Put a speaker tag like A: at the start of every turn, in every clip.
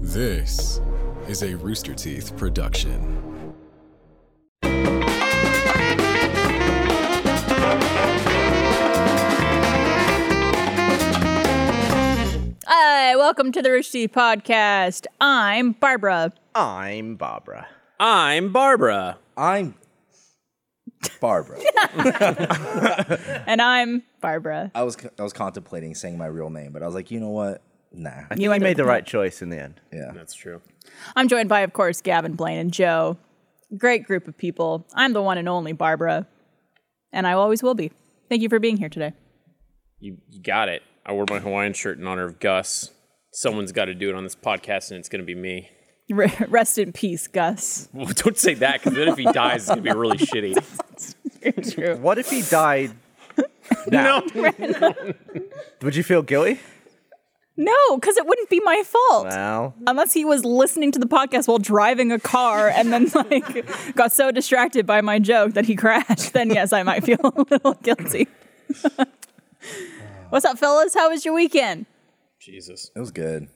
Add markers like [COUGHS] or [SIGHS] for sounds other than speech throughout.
A: This is a Rooster Teeth production.
B: Hi, welcome to the Rooster Teeth Podcast. I'm Barbara.
C: I'm Barbara.
D: I'm Barbara.
C: I'm Barbara.
E: [LAUGHS]
B: And I'm Barbara.
C: I was I was contemplating saying my real name, but I was like, you know what? Nah.
B: You
E: You made the right choice in the end.
C: Yeah.
D: That's true.
B: I'm joined by, of course, Gavin, Blaine, and Joe. Great group of people. I'm the one and only Barbara, and I always will be. Thank you for being here today. [LAUGHS]
D: You, you got it. I wore my Hawaiian shirt in honor of Gus. Someone's got to do it on this podcast, and it's going to be me. [LAUGHS]
B: R- Rest in peace, Gus.
D: Well, don't say that, because then if he dies, it's going to
C: [LAUGHS]
D: be really shitty.
B: True.
E: What if he died?
D: No.
E: [LAUGHS] Would you feel guilty?
B: No, because it wouldn't be my fault.
E: Well,
B: Unless he was listening to the podcast while driving a car and then [LAUGHS] like got so distracted by my joke that he crashed, then yes, I might feel [LAUGHS] a little guilty. [LAUGHS] What's up, fellas? How was your weekend?
D: Jesus.
C: It was good.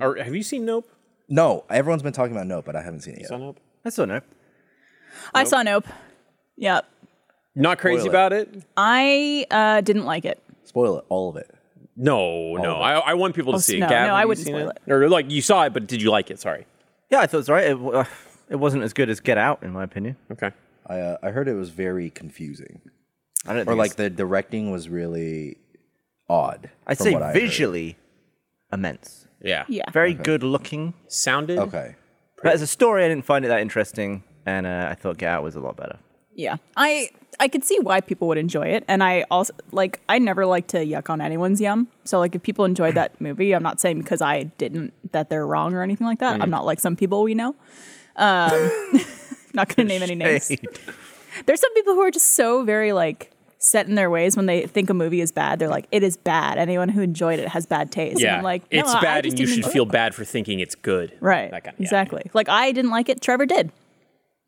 D: Are, have you seen Nope?
C: No, everyone's been talking about Nope, but I haven't seen it
D: Saw
C: yet.
D: Nope?
E: that's so no.
B: I saw Nope. Yep.
D: Not crazy
C: Spoil it.
D: about it?
B: I uh, didn't like it.
C: Spoil it, all of it.
D: No, no.
C: of it.
D: I, I want people to
B: Oh,
D: see it.
B: no,
D: Gab,
B: no,
D: have
B: I
D: you
B: wouldn't
D: seen
B: spoil it.
D: Or like you saw it, but did you like it? Sorry.
E: Yeah, I thought it was all right. It, w- uh, it wasn't as good as Get Out, in my opinion.
D: Okay.
C: I uh, I heard it was very confusing,
E: I don't
C: or
E: think
C: like
E: it's-
C: the directing was really odd.
E: I'd
C: from
E: say
C: what I heard.
E: visually immense.
D: Yeah.
B: Yeah.
E: Very good looking.
D: Sounded.
C: Okay.
E: But as a story, I didn't find it that interesting, and uh, I thought Get Out was a lot better.
B: Yeah. I I could see why people would enjoy it. And I also like I never like to yuck on anyone's yum. So like if people enjoyed
D: [LAUGHS]
B: that movie, I'm not saying because I didn't that they're wrong or anything like that. I'm not like some people we know. Um [LAUGHS] not gonna name any names. There's some people who are just so very like set in their ways when they think a movie is bad. They're like, it is bad. Anyone who enjoyed it has bad taste. And
D: Yeah.
B: I'm like, no,
D: it's
B: I- I
D: bad,
B: just
D: and you
B: didn't
D: should
B: enjoy
D: feel
B: it.
D: bad for thinking it's good.
B: Right.
D: That kind yeah.
B: exactly. Like I didn't like it, Trevor did.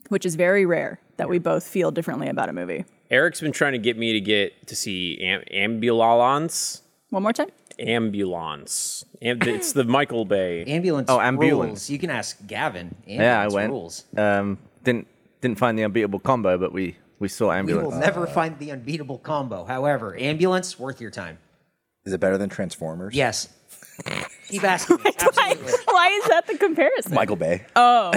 B: Which is very rare that we both feel differently about a movie.
D: Eric's been trying to get me to get to see Am- Ambulance.
B: One more time.
D: ambulance. Am-
B: [LAUGHS]
D: it's the Michael Bay.
F: Ambulance.
E: Oh, ambulance.
F: rules. You can ask Gavin. Ambulance
E: Yeah, I went.
F: Rules.
E: Um, didn't didn't find the unbeatable combo, but we we saw
F: We
E: ambulance.
F: will never find the unbeatable combo. However, ambulance worth your time.
C: Is it better than Transformers?
F: Yes.
D: [LAUGHS]
F: Keep asking. me.
B: Why,
F: Absolutely.
B: [LAUGHS] why is that the comparison?
C: Michael Bay.
E: Oh.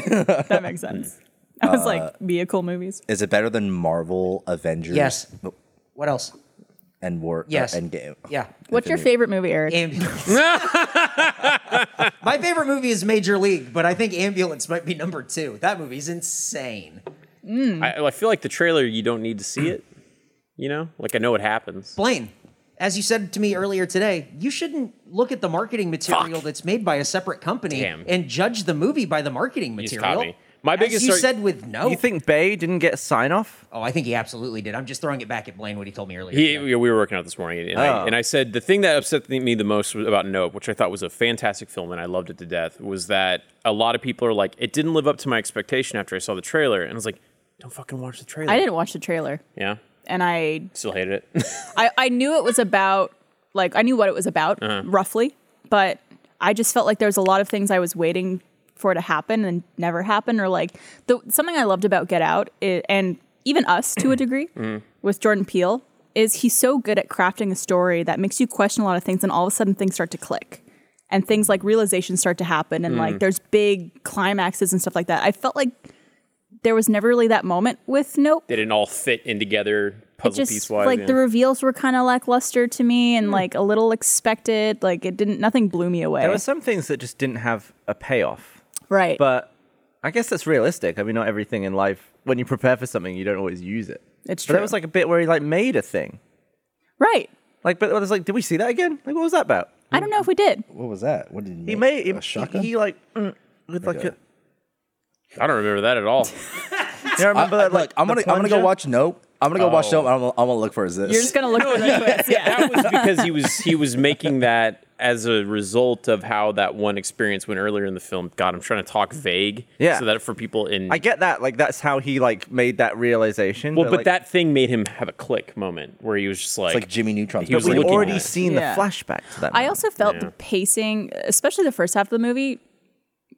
B: That makes
D: [LAUGHS]
B: sense. I was
D: Uh,
B: like vehicle movies.
C: Is it better than Marvel, Avengers?
F: Yes. What else?
C: And War. uh,
F: Yes.
C: and Game.
F: Yeah.
B: What's your favorite movie, Eric?
D: [LAUGHS]
F: Ambulance. My favorite movie is Major League, but I think Ambulance might be number two. That movie's insane.
D: I, I feel like the trailer, you don't need to see it. You know, like I know what happens.
F: Blaine, as you said to me earlier today, you shouldn't look at the marketing material
D: Fuck.
F: that's made by a separate company
D: Damn.
F: and judge the movie by the marketing
D: just
F: material.
D: caught me. My
F: As
D: biggest
F: you
D: ar-
F: said with no.
C: Oh.
E: You think Bay didn't get sign off?
F: Oh, I think he absolutely did. I'm just throwing it back at Blaine what he told me earlier.
D: He,
F: today.
D: we were working out this morning, and,
B: Oh.
D: I, and I said the thing that upset me the most was about Nope, which I thought was a fantastic film and I loved it to death, was that a lot of people are like, it didn't live up to my expectation after I saw the trailer, and I was like, don't fucking watch the trailer.
B: I didn't watch the trailer,
D: Yeah,
B: and I,
D: still hated it. [LAUGHS]
B: I I knew it was about like I knew what it was about roughly, but I just felt like there was a lot of things I was waiting for to happen and never happened, or like the something I loved about Get Out i and even Us to a degree with Jordan Peele is he's so good at crafting a story that makes you question a lot of things, and all of a sudden things start to click. and things like realizations start to happen and like there's big climaxes and stuff like that. I felt like there was never really that moment with Nope.
D: they didn't all fit in together puzzle piece
B: Just
D: wise. Hmm.
B: like the reveals were kind of lackluster to me and like a little expected. Like it didn't, nothing blew me away.
E: There
C: Oh.
E: were some things that just didn't have a payoff.
B: right.
E: But I guess that's realistic. I mean, not everything in life. When you prepare for something, you don't always use it.
B: It's
E: But
B: true.
E: there was like a bit where he like made a thing.
B: right.
E: Like, but I was like, did we see that again? Like, what was that about?
B: I
D: Hmm.
B: don't know if we did.
C: What was that? What did he,
E: He made
C: make?
E: he,
C: a shotgun.
E: he like mm, with like
C: Okay.
E: a.
D: I don't remember that
B: [LAUGHS]
D: at all.
E: You know, remember
C: I-
E: that? Like,
C: look, I'm
E: the
C: gonna I'm gonna go
E: plunger?
C: watch Nope. I'm gonna go watch
D: Oh.
C: Nope. and I'm, gonna- I'm gonna look for is this.
B: You're just gonna
D: [LAUGHS]
B: look for the twist. Yeah.
D: that was because he was he was making that as a result of how that one experience went earlier in the film. God, I'm trying to talk vague,
E: Yeah.
D: so that for people in
E: I get that. Like, that's how he like made that realization.
D: well, but
E: like,
D: that thing made him have a click moment where he was just like,
C: It's like Jimmy Neutron's.
D: He was
C: movie.
E: we'd
D: looking
E: already
D: at it.
E: seen
B: Yeah.
E: the flashback to that.
B: I
E: moment.
B: also felt the pacing, especially the first half of the movie,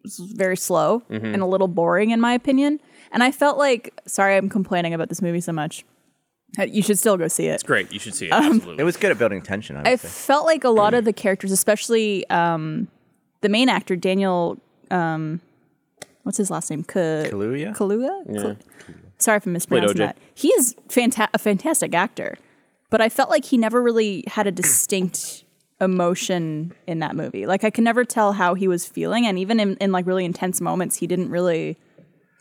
B: was very slow
D: Mm-hmm.
B: and a little boring in my opinion. And I felt like, sorry, I'm complaining about this movie so much. Uh, You should still go see it.
D: Great, you should see it. Absolutely.
E: It was good at building tension. I would
B: I
E: say.
B: felt like a lot
D: Mm.
B: of the characters, especially um, the main actor Daniel, um, what's his last name? Ka-
E: Kaluuya?
B: Kaluuya. Kal- Sorry if I'm mispronouncing
D: OJ.
B: that. He is fanta- a fantastic actor, but I felt like he never really had a distinct emotion in that movie. Like I could never tell how he was feeling, and even in, in like really intense moments, he didn't really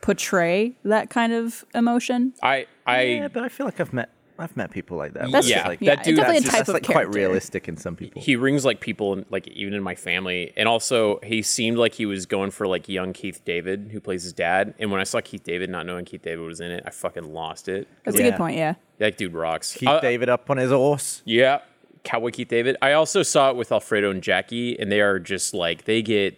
B: portray that kind of emotion.
D: I I
E: yeah, but I feel like I've met I've met people like that. where
D: That's-
E: it's
D: Yeah,
E: like,
D: that
B: it's
D: dude-
B: definitely
E: that's
B: a type
E: that's
B: of
E: like
B: character.
E: quite realistic in some people.
D: he rings like people in, like even in my family and also he seemed like he was going for like young keith david who plays his dad and when i saw keith david not knowing keith david was in it i fucking lost it
B: That's a
E: Yeah.
B: good point. Yeah.
D: that dude rocks
E: Keep
D: Uh,
E: David up on his horse.
D: yeah cowboy keith david i also saw it with alfredo and jackie and they are just like they get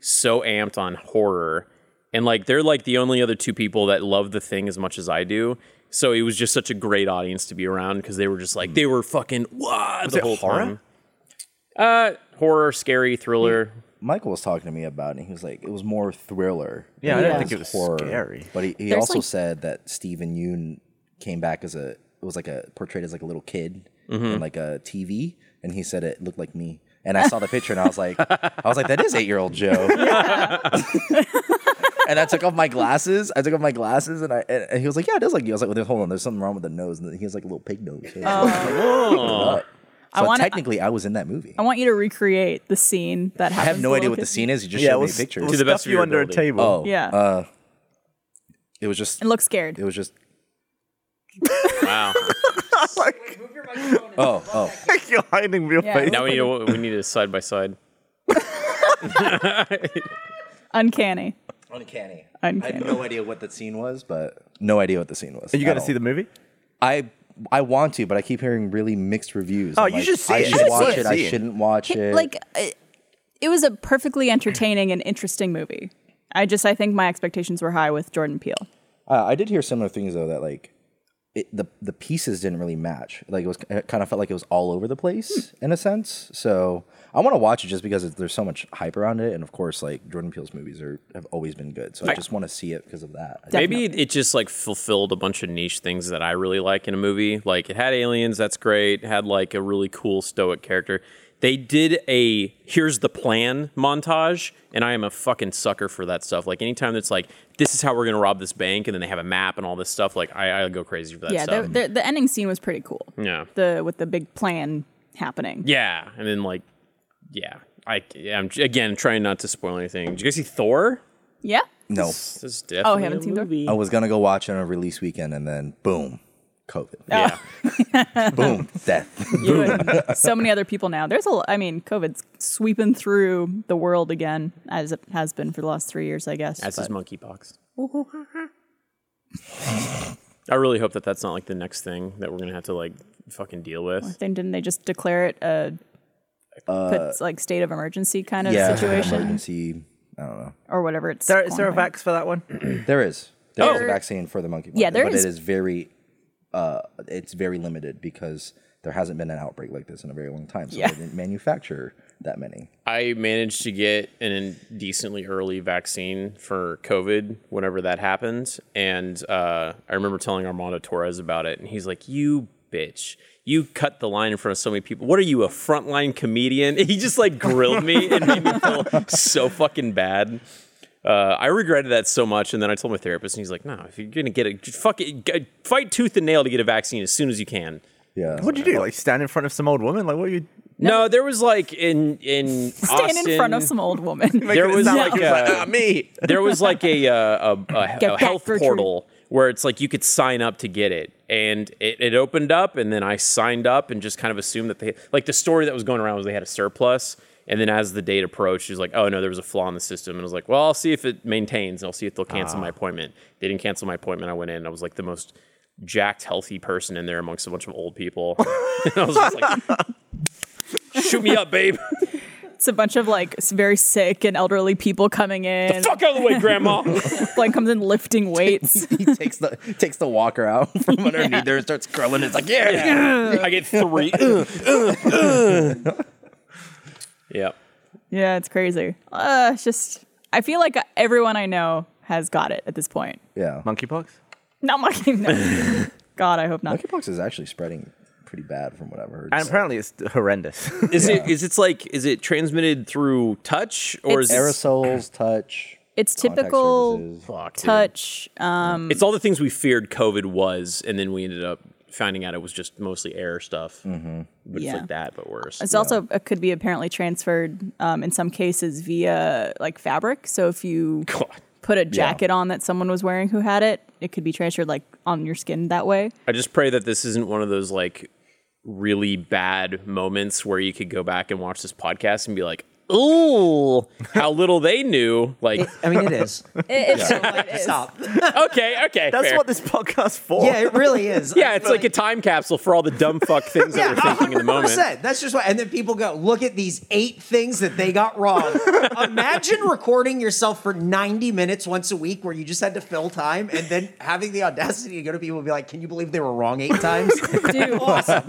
D: so amped on horror and like they're like the only other two people that love the thing as much as i do so it was just such a great audience to be around because they were just like they were fucking wow the
E: it
D: whole
E: horror?
D: time uh horror scary thriller
C: Michael was talking to me about it, and he was like, it was more thriller.
E: Yeah, I
C: than
E: didn't think it was
C: horror.
E: scary.
C: But he, he
B: There's,
C: also
B: like-
C: said that Steven Yoon came back as a, it was like a, portrayed as like a little kid
E: Mm-hmm.
C: in like a TV, and he said it looked like me. And I saw the picture, and I was like, I was like, that is eight year old Joe. [LAUGHS] and I took off my glasses. I took off my glasses, and I and, and he was like, yeah, it does like you. I was like, well, hold on, there's something wrong with the nose, and [LAUGHS] he has like a little pig nose.
E: Oh.
C: so
B: wanna-
C: technically, I was in that movie.
B: I want you to recreate the scene that
C: I
B: happens.
C: have no
B: to
C: idea
B: little
C: what the
B: kid.
C: scene is. You just
E: Yeah,
C: showed
E: we'll,
C: me a picture.
E: we'll
D: To the best
E: stuff
D: of
E: you
D: your
E: under
D: ability.
E: a table. [LAUGHS]
C: Oh,
B: Yeah.
C: Uh, it was just.
B: And look scared.
C: It was just.
D: wow
C: Oh, oh,
E: You're hiding real
B: Yeah.
E: face.
D: Now we need a, we need a side by side.
B: Uncanny.
C: uncanny. I
B: Uncanny.
C: had no idea what that scene was, but no idea what the scene was.
E: Are you
C: at
E: going to
C: all.
E: see the movie?
C: I I want to, but I keep hearing really mixed reviews. Oh,
E: you should see
C: I
E: it. You
C: should
E: should
C: watch
E: see
C: it.
E: it.
C: I
E: See it.
C: shouldn't watch
B: It-
C: it.
B: like it, it was a perfectly entertaining and interesting movie. I just I think my expectations were high with Jordan Peele.
C: Uh, I did hear similar things though that like it, the the pieces didn't really match. Like it was it kind of felt like it was all over the place in a sense. So I want to watch it just because it, there's so much hype around it, and of course, like Jordan Peele's movies are have always been good. So I, just want to see it because of that. I
B: Definitely.
D: Maybe it just like fulfilled a bunch of niche things that I really like in a movie. Like it had aliens, that's great. It had like a really cool stoic character. They did a here's the plan montage, and I am a fucking sucker for that stuff. Like anytime that's like this is how we're gonna rob this bank, and then they have a map and all this stuff. Like I, I go crazy for that
B: yeah,
E: um,
D: stuff.
B: the, the, the ending scene was pretty cool.
D: yeah,
B: The with the big plan happening.
D: yeah, and then like yeah, I I'm again trying not to spoil anything. Did you guys see Thor?
B: Yeah.
C: no,
D: This is definitely
B: Oh, I haven't seen that.
C: I was gonna go watch it on a release weekend, and then boom, COVID.
B: Oh. [LAUGHS]
C: [LAUGHS]
D: Yeah.
C: boom, death.
B: You and so many other people now. There's a. lo- I mean, COVID's sweeping through the world again, as it has been for the last three years, I guess.
D: That's his
B: but-
D: monkeypox. I really hope that that's not like the next thing that we're gonna have to like fucking deal with.
B: Then didn't they just declare it a put, like state of emergency kind of
C: Uh, yeah,
B: situation
C: emergency. I don't know.
B: or whatever it's
E: There, is there a
B: quantified.
E: vax for that one?
C: There is. There is
B: There-
C: a vaccine for the monkey.
B: Oh. Yeah, there
C: but
B: is.
C: it is very. Uh, it's very limited because there hasn't been an outbreak like this in a very long time. So
B: Yeah.
C: they didn't manufacture that many.
D: I managed to get an indecently early vaccine for COVID whenever that happened, and uh, I remember telling Armando Torres about it, and he's like, "You bitch." You cut the line in front of so many people. What are you, a frontline comedian? [LAUGHS] He just like grilled me and made me feel [LAUGHS] so fucking bad. Uh, I regretted that so much, and then I told my therapist, and he's like, "No, if you're gonna get it, just fuck it, g- fight tooth and nail to get a vaccine as soon as you can."
C: Yeah.
E: What'd you do? Like stand in front of some old woman? Like what are you?
D: No, there was like in in
B: Stand
D: Austin,
B: in front of some old
E: [LAUGHS]
B: woman.
D: There was
E: sound
D: like,
E: it was
D: uh,
E: "Ah, me.
D: there was like a uh, a, a,
B: [LAUGHS] Get
D: a
B: back,
D: health
B: Gertrude.
D: portal where it's like you could sign up to get it, and it, it opened up, and then I signed up and just kind of assumed that they like the story that was going around was they had a surplus, and then as the date approached, it was like, oh no, there was a flaw in the system, and I was like, well, I'll see if it maintains, and I'll see if they'll cancel my appointment. They didn't cancel my appointment. I went in, and I was like the most jacked, healthy person in there amongst a bunch of old people. [LAUGHS] and I was just like, shoot me up, babe.
B: It's a bunch of like s- very sick and elderly people coming in.
D: Fuck out of the way, grandma.
B: [LAUGHS] Like comes in
D: [LAUGHS]
B: lifting weights. [LAUGHS]
C: he [LAUGHS] takes the takes the walker out [LAUGHS] from underneath there and starts curling. It's like yeah.
D: I get three. yep.
B: yeah, it's crazy. Uh, it's just I feel like everyone I know has got it at this point.
C: Yeah.
E: Monkeypox?
B: Not monkey.
D: [LAUGHS]
B: No. God, I hope not.
C: Monkeypox is actually spreading pretty bad from what I've heard.
E: And
C: so-
E: apparently it's horrendous. [LAUGHS]
D: Is it is it's like is it transmitted through touch or
B: It's-
D: is it,
C: Aerosols, touch.
B: It's
C: contact
B: typical
C: surfaces.
D: Fuck, dude.
B: touch. Um,
D: It's all the things we feared COVID was, and then we ended up finding out it was just mostly air stuff. Mm-hmm. But
B: Yeah.
D: it's like that, but worse.
B: it's also it could be apparently transferred um, in some cases via like fabric. So if you
D: [LAUGHS] God.
B: put a jacket on that someone was wearing who had it, it could be transferred like on your skin that way.
D: I just pray that this isn't one of those like really bad moments where you could go back and watch this podcast and be like, "Ooh, how little they knew."
B: [LAUGHS]
D: Like,
F: I mean, it [LAUGHS] is.
D: [LAUGHS]
F: Stop.
D: okay, okay,
E: That's
D: fair.
E: what this podcast's for.
F: Yeah, it really is.
D: [LAUGHS] yeah, it's like a time capsule for all the dumb fuck things that we're thinking in the
F: [LAUGHS]
D: moment.
F: 100%. That's just why. And then people go, look at these eight things that they got wrong.
D: [LAUGHS]
F: Imagine recording yourself for 90 minutes once a week where you just had to fill time and then having the audacity to go to people and be like, can you believe they were wrong
D: [LAUGHS]
F: eight times?
B: Dude,
F: awesome.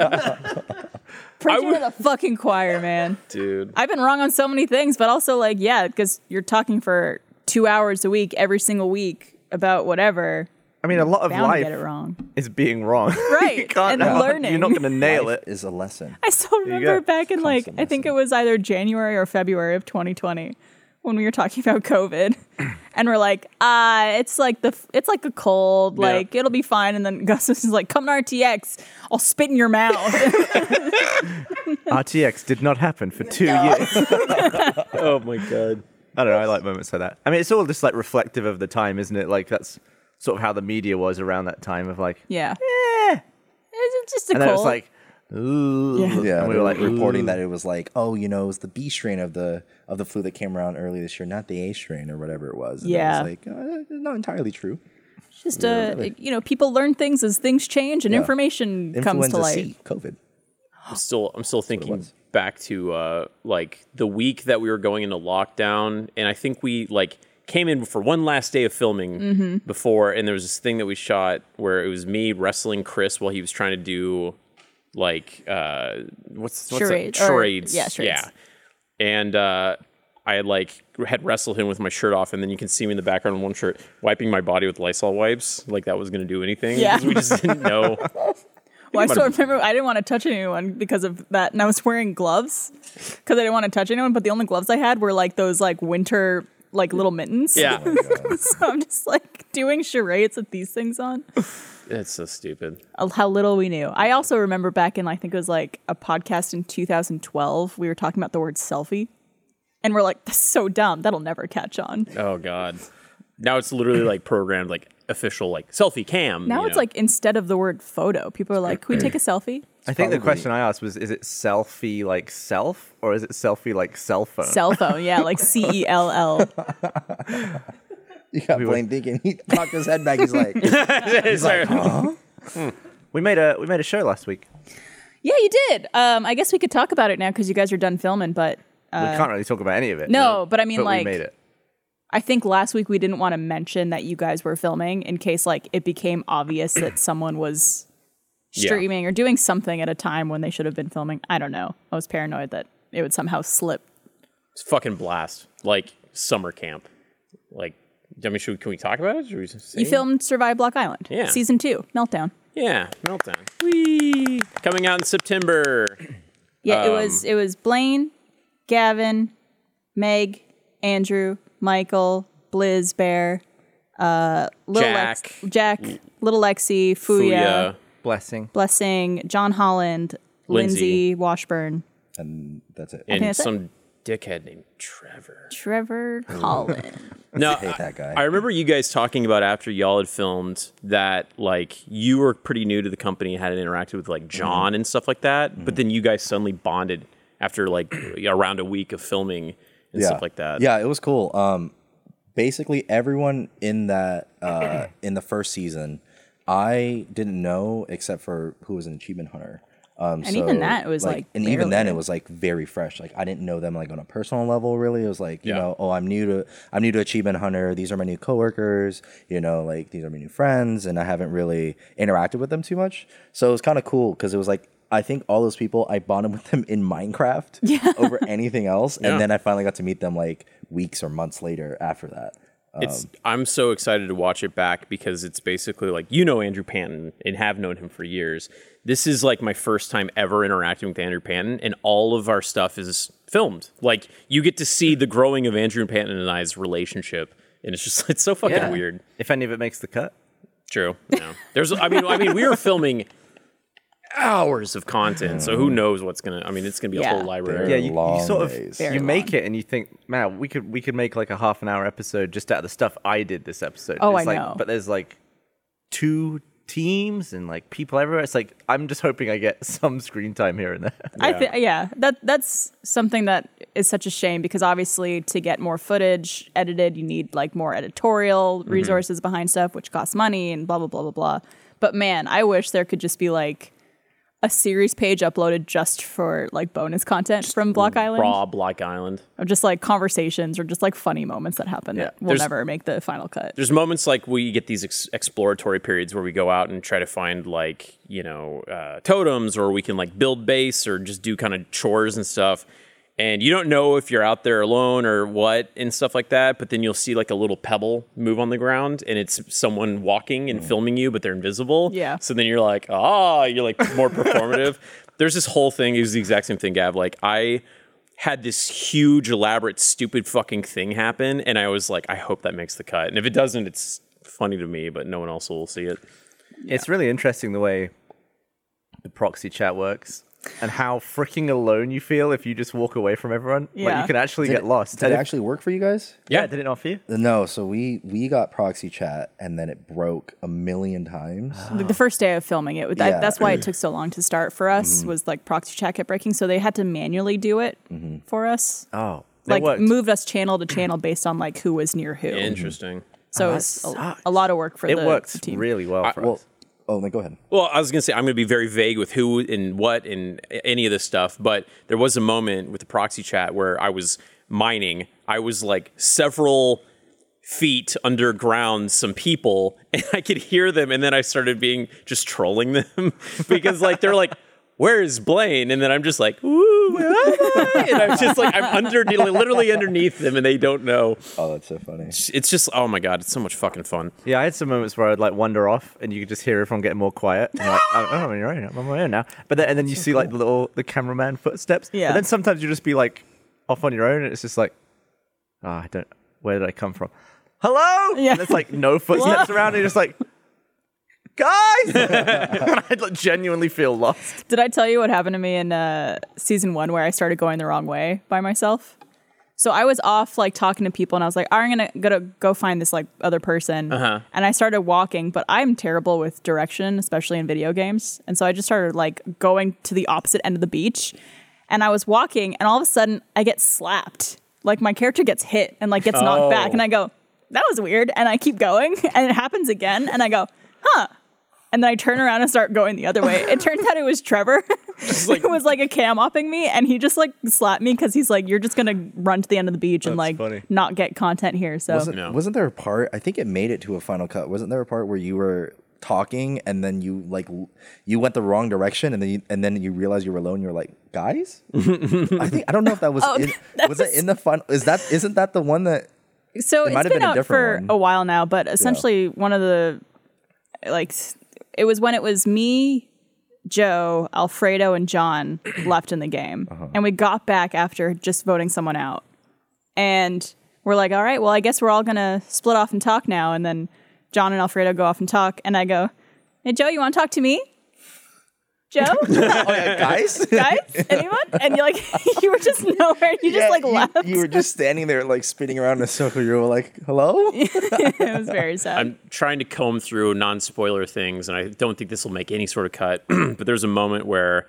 B: preaching to the fucking choir, man.
D: Dude,
B: I've been wrong on so many things, but also like, yeah, because you're talking for two hours a week, every single week about whatever.
E: I mean, a lot of
B: Bound to
E: life
B: get it wrong.
E: is being wrong. [LAUGHS] you
B: Right,
E: can't,
B: and
E: uh,
B: learning.
E: You're not going to nail
C: Life
E: it.
C: is a lesson.
B: I still
E: you
B: remember
E: go.
B: back in like
C: Constant
B: I think it
C: lesson.
B: was either January or February of 2020 when we were talking about COVID, [LAUGHS] and we're like, ah, it's like the f- it's like a cold,
D: Yeah.
B: like it'll be fine. And then Gus was like, come to RTX, I'll spit in your mouth. [LAUGHS]
E: RTX did not happen for
B: [LAUGHS]
E: two years.
D: oh my god.
E: I don't know. I like moments like that. I mean, it's all just like reflective of the time, isn't it? Like that's sort of how the media was around that time of like,
B: yeah,
E: eh.
B: it's just a
E: and
B: cold.
E: then it was like, ooh.
B: Yeah.
C: Yeah,
E: and
C: we
E: we were like
C: reporting
E: "Ooh."
C: that it was like, oh, you know, it was the B strain of the of the flu that came around early this year, not the A strain or whatever it was. And it was
B: Yeah.
C: like uh, not entirely true.
B: just a you know, people learn things as things change and information comes to
C: Influenza
B: light.
C: C, COVID.
D: I'm still I'm still thinking
C: was.
D: back to uh, like the week that we were going into lockdown, and I think we like came in for one last day of filming
B: Mm-hmm.
D: before, and there was this thing that we shot where it was me wrestling Chris while he was trying to do like uh, what's what's
B: Charades,
D: that?
B: or-
D: charades
B: yeah, charades.
D: yeah, and uh, I like had wrestled him with my shirt off, and then you can see me in the background in one shirt wiping my body with Lysol wipes, like that was gonna do anything.
B: Yeah.
D: 'cause [LAUGHS] we just
B: [LAUGHS]
D: didn't know.
B: Well, I still remember I didn't want to touch anyone because of that, and I was wearing gloves because I didn't want to touch anyone. But the only gloves I had were like those like winter like little mittens.
D: Yeah,
B: [LAUGHS] so I'm just like doing charades with these things on.
D: it's so stupid.
B: Of How little we knew. I also remember back in I think it was like a podcast in 2012. We were talking about the word selfie, and we're like, "That's so dumb. That'll never catch on."
D: Oh God. Now it's literally like programmed like official like selfie cam.
B: Now
D: you
B: it's
D: know?
B: like instead of the word photo, people are like, "Can we take a selfie?"
E: I think the question I asked was, is it selfie like self or is it selfie like cell
B: [LAUGHS]
E: phone?
B: Cell phone, yeah, like C E L L.
C: You got Blaine thinking. He cocked his head back.
B: [LAUGHS]
C: He's like,
D: [LAUGHS] Is there-
E: we made a we made a show last week.
B: Yeah, you did. Um, I guess we could talk about it now because you guys are done filming. But
E: we can't really talk about any of it.
B: Uh, no, but I mean,
E: but
B: like,
E: we made it.
B: I think last week we didn't want to mention that you guys were filming in case like it became obvious that someone was
D: Yeah.
B: streaming or doing something at a time when they should have been filming. I don't know. I was paranoid that it would somehow slip.
D: it's fucking blast. Like summer camp. Like I mean, should we, can we talk about it? Should we just say-
B: You filmed Survive Block Island,
D: Yeah.
B: season two, Meltdown.
D: Yeah, meltdown. Whee! Coming out in September.
B: Yeah, it was it was Blaine, Gavin, Meg, Andrew, Michael, Blizz Bear, uh, little Lex- Jack, Little Lexi, Fuya.
D: Booyah.
E: Blessing.
B: Blessing, John Holland,
D: Lindsay.
B: Lindsay, Washburn,
C: and that's it.
D: And
B: that's it.
D: some dickhead named
B: [LAUGHS]
D: Trevor.
B: Trevor Holland.
D: No,
C: hate that guy.
D: I remember you guys talking about after y'all had filmed that, like you were pretty new to the company, hadn't interacted with like John
C: Mm-hmm.
D: and stuff like that. But then you guys suddenly bonded after like around a week of filming and stuff like that.
C: Yeah, it was cool. Um, basically, everyone in that
B: [CLEARS THROAT]
C: uh, in the first season, I didn't know except for who was an achievement hunter. Um,
B: And even that was, like,
C: and even then
B: barely.
C: it was like very fresh. Like I didn't know them like on a personal level. Really, it was like you
D: Yeah.
C: know, oh, I'm new to I'm new to achievement hunter. These are my new coworkers. You know, like these are my new friends, and I haven't really interacted with them too much. So it was kind of cool because it was like I think all those people I bonded with them in
D: [LAUGHS]
C: Minecraft over anything else, and
D: Yeah.
C: then I finally got to meet them like weeks or months later after that. um,
D: It's I'm so excited to watch it back because it's basically like you know Andrew Panton and have known him for years. This is like my first time ever interacting with Andrew Panton, and all of our stuff is filmed. Like you get to see the growing of Andrew Panton and I's relationship, and it's just [LAUGHS] it's so fucking weird.
E: If any of it makes the cut.
D: True. No. There's I mean I mean we were filming hours of content, so who knows what's gonna I mean it's gonna be
B: Yeah.
D: a whole library.
E: Yeah, you, you
C: long
E: sort of
C: days.
E: you
B: Very
E: make it and you think, man, we could we could make like a half an hour episode just out of the stuff I did this episode.
B: Oh,
E: It's
B: I
E: like-
B: know.
E: But there's like two teams and like people everywhere. It's like I'm just hoping I get [LAUGHS] some screen time here and there.
B: I think yeah, that that's something that is such a shame because obviously to get more footage edited, you need like more editorial
D: Mm-hmm.
B: resources behind stuff, which costs money and blah blah blah blah blah. But man, I wish there could just be like a series page uploaded just for like bonus content from Block Island
D: Raw Block Island.
B: of just like conversations or just like funny moments that happen that will
D: There's-
B: never make the final cut.
D: there's moments like we get these ex- exploratory periods where we go out and try to find like you know uh, totems or we can like build base or just do kind of chores and stuff and you don't know if you're out there alone or what and stuff like that but then you'll see like a little pebble move on the ground and it's someone walking and filming you but they're invisible
B: Yeah.
D: so then you're like ah you're like more performative there's this whole thing it was the exact same thing gav like i had this huge, elaborate, stupid fucking thing happen, and I was like, I hope that makes the cut. And if it doesn't, it's funny to me, but no one else will see it.
E: It's really interesting the way the proxy chat works and how freaking alone you feel if you just walk away from everyone. Like
B: Yeah.
E: you can actually get lost.
C: Did
E: And
C: it
E: if-
C: actually work for you guys?
E: yeah, did it not for you?
C: No. So we we got proxy chat, and then it broke a million times.
B: the first day of filming it that,
C: Yeah.
B: that's
D: [CLEARS THROAT]
B: why it took so long to start for us
D: Mm-hmm.
B: was like proxy chat kept breaking so they had to manually do it
D: Mm-hmm.
B: for us
E: Oh. it
B: like
E: worked.
B: moved us channel to channel based on like who was near who
D: Interesting.
B: so it's a, a lot of work for
E: Oh, It
B: the, the
E: worked
B: team
E: really well for
C: well,
E: us.
C: oh, then go ahead.
D: Well, I was gonna say I'm gonna be very vague with who and what and any of this stuff, but there was a moment with the proxy chat where I was mining. I was like several feet underground some people [LAUGHS] and I could hear them and then I started being just trolling them [LAUGHS] because like they're like where is Blaine and then I'm just like ooh [LAUGHS] where am I?" and I'm just like I'm under literally underneath them and they don't know
C: Oh, that's so funny.
D: it's just oh my god it's so much fucking fun
E: Yeah, I had some moments where I'd like wander off, and you could just hear everyone getting more quiet. And you're like, oh, I'm on your own. I'm on my own now. But then, and then you see like the little the cameraman footsteps.
B: Yeah.
E: And then sometimes you just be like off on your own, and it's just like, ah, I don't. Where did I come from? Hello.
B: Yeah.
E: And it's like no footsteps around, and you're just like, guys. [LAUGHS] and I'd like, genuinely feel lost.
B: Did I tell you what happened to me in uh, season one where I started going the wrong way by myself? So I was off like talking to people, and I was like, "I'm gonna gonna go find this like other person," and I started walking. But I'm terrible with direction, especially in video games, and so I just started like going to the opposite end of the beach, and I was walking, and all of a sudden I get slapped. Like my character gets hit and like gets knocked back, and I go, "That was weird," and I keep going, [LAUGHS] and it happens again, and I go, "Huh." And then I turn around and start going the other way. It turns out it was Trevor. [LAUGHS]
D: like-
B: it was like a cam opping me, and he just like slapped me because he's like, "You're just gonna run to the end of the beach and
E: That's
B: like
E: funny.
B: not get content here." So
C: Wasn't, wasn't there a part? I think it made it to a final cut. Wasn't there a part where you were talking and then you like l- you went the wrong direction and then you, and then you realized you were alone. You were like, guys, I think I don't know if that was in,
B: Oh, [LAUGHS] that
C: was,
B: was-
C: it in the final. Is that isn't that the one that
B: so
C: It might
B: it's been,
C: have been a
B: out for
C: different one.
B: a while now, but essentially one of the like s- it was when it was me, Joe, Alfredo, and John [CLEARS THROAT] left in the game,
C: Uh-huh.
B: and we got back after just voting someone out, and we're like, "All right, well, I guess we're all gonna split off and talk now," and then John and Alfredo go off and talk, and I go, "Hey, Joe, you want to talk to me?"
C: [LAUGHS]
B: Joe,
C: oh, guys?
B: guys, anyone? And you're like, [LAUGHS] you were just nowhere. You just
C: Yeah,
B: like
C: you-
B: left.
C: You, were just standing there, like spinning around in a circle. You were like,
B: [LAUGHS]
C: "Hello."
B: [LAUGHS] it was very sad.
D: I'm trying to comb through non spoiler things, and I don't think this will make any sort of cut. [CLEARS THROAT] but there's a moment where,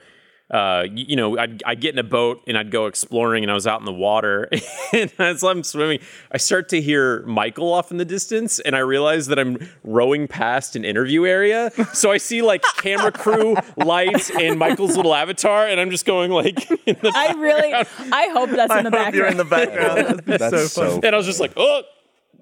D: uh, y- you know, I'd, I'd get in a boat and I'd go exploring, and I was out in the water. [LAUGHS] and as I'm swimming, I start to hear Michael off in the distance, and I realize that I'm rowing past an interview area. So I see like camera crew, [LAUGHS] lights, and Michael's little avatar, and I'm just going like, [LAUGHS] in the-
E: [LAUGHS]
B: I really, I hope that's in the
E: Hope you're in
B: background.
E: the background.
C: That's so.
D: and I was just like, oh.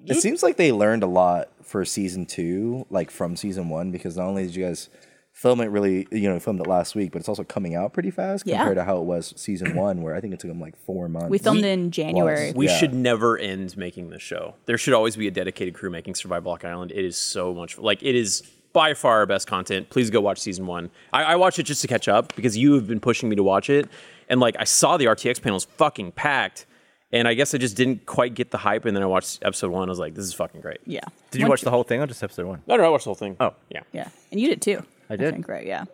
C: It seems like they learned a lot for season two, like from season one, because not only did you guys film it really, you know, filmed it last week, but it's also coming out pretty fast
B: Yeah.
C: compared to how it was season one, where I think it took them like four months.
B: We filmed in January.
D: We
C: Yeah.
D: should never end making this show. There should always be a dedicated crew making Survive Block Island. It is so much like it is by far our best content. Please go watch season one. I, I watched it just to catch up because you have been pushing me to watch it, and like I saw the RTX panels fucking packed, and I guess I just didn't quite get the hype. And then I watched episode one. I was like, this is fucking great.
B: Yeah.
E: Did you
B: Once
E: watch the whole thing or just episode one?
D: No, no, I watched the whole thing.
E: Oh.
D: yeah.
B: Yeah, and you did too. I
E: did.
B: think, right? Yeah,